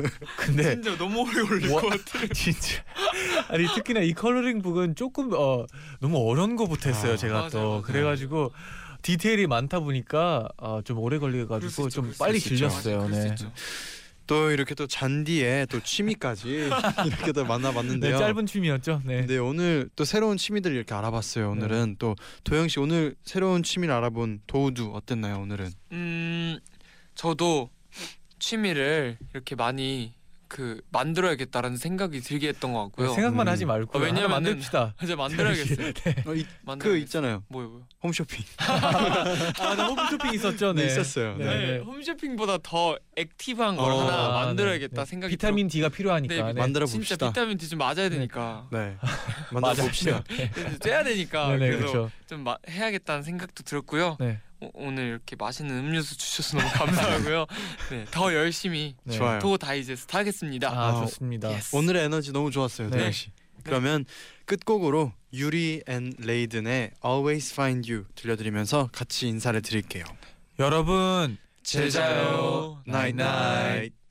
B: 근데
E: 진짜 너무 오래 걸릴
B: 네. 와-
E: 것 같아요.
B: 진짜 아니 특히나 이 컬러링 북은 조금 어 너무 어려운 거부터 했어요
D: 아,
B: 제가
E: 맞아요, 네.
B: 또
E: 맞아요.
B: 그래가지고 디테일이 많다 보니까 어, 좀 오래
E: 그럴 수 있죠,
B: 걸려가지고 좀
E: 그럴 수
B: 빨리
E: 있죠.
B: 질렸어요.
E: 맞아요, 그럴 수
B: 네.
E: 있죠.
D: 또 이렇게 또 잔디에 또 취미까지 이렇게 또
B: 네,
D: 만나봤는데요.
B: 짧은 취미였죠. 네.
D: 네 오늘 또 새로운 취미들 이렇게 알아봤어요. 오늘은 또 도영 씨 오늘 새로운 취미를 알아본 도우두 어땠나요 오늘은?
E: 음 저도 취미를 이렇게 많이 그 만들어야겠다라는 생각이 들게 했던 것 같고요.
B: 생각만 그
D: 음.
B: 하지 말고
E: 어,
B: 요 하나
E: 왜냐면은-
B: 만듭시다.
E: 이제 만들어야겠어요.
D: 어, 이, 그
E: 만들어야겠어요.
D: 있잖아요
E: 뭐요 뭐요.
D: 홈쇼핑.
B: 아나 홈쇼핑 있었죠.
D: 네,
B: 네.
D: 있었어요.
B: 네.
D: 네.
E: 네, 홈쇼핑보다 더 액티브한 걸
D: 어,
E: 하나
B: 아,
E: 만들어야겠다
B: 네.
E: 생각이
B: 비타민 D가 필요하니까.
E: 네,
B: 네.
D: 만들어
E: 진짜
D: 봅시다.
E: 비타민 D 좀 맞아야 되니까
D: 네. 만나 봅시다.
E: 쬐야 되니까
B: 네네
E: 그래서
B: 그렇죠.
E: 좀 마, 해야겠다는 생각도 들었고요
B: 네.
E: 오- 오늘 이렇게 맛있는 음료수 주셔서 너무 감사하고요. 네, 더 열심히
B: 네.
D: 좋아요.
E: 도 다이제스트 하겠습니다.
B: 아,
D: 아,
B: 좋습니다.
E: 예스.
D: 오늘의 에너지 너무 좋았어요,
B: 네.
D: 도영 씨. 그러면 끝곡으로 유리 앤 레이든의 Always Find You 들려드리면서 같이 인사를 드릴게요.
B: 여러분
E: 제자요.
D: 나잇나잇.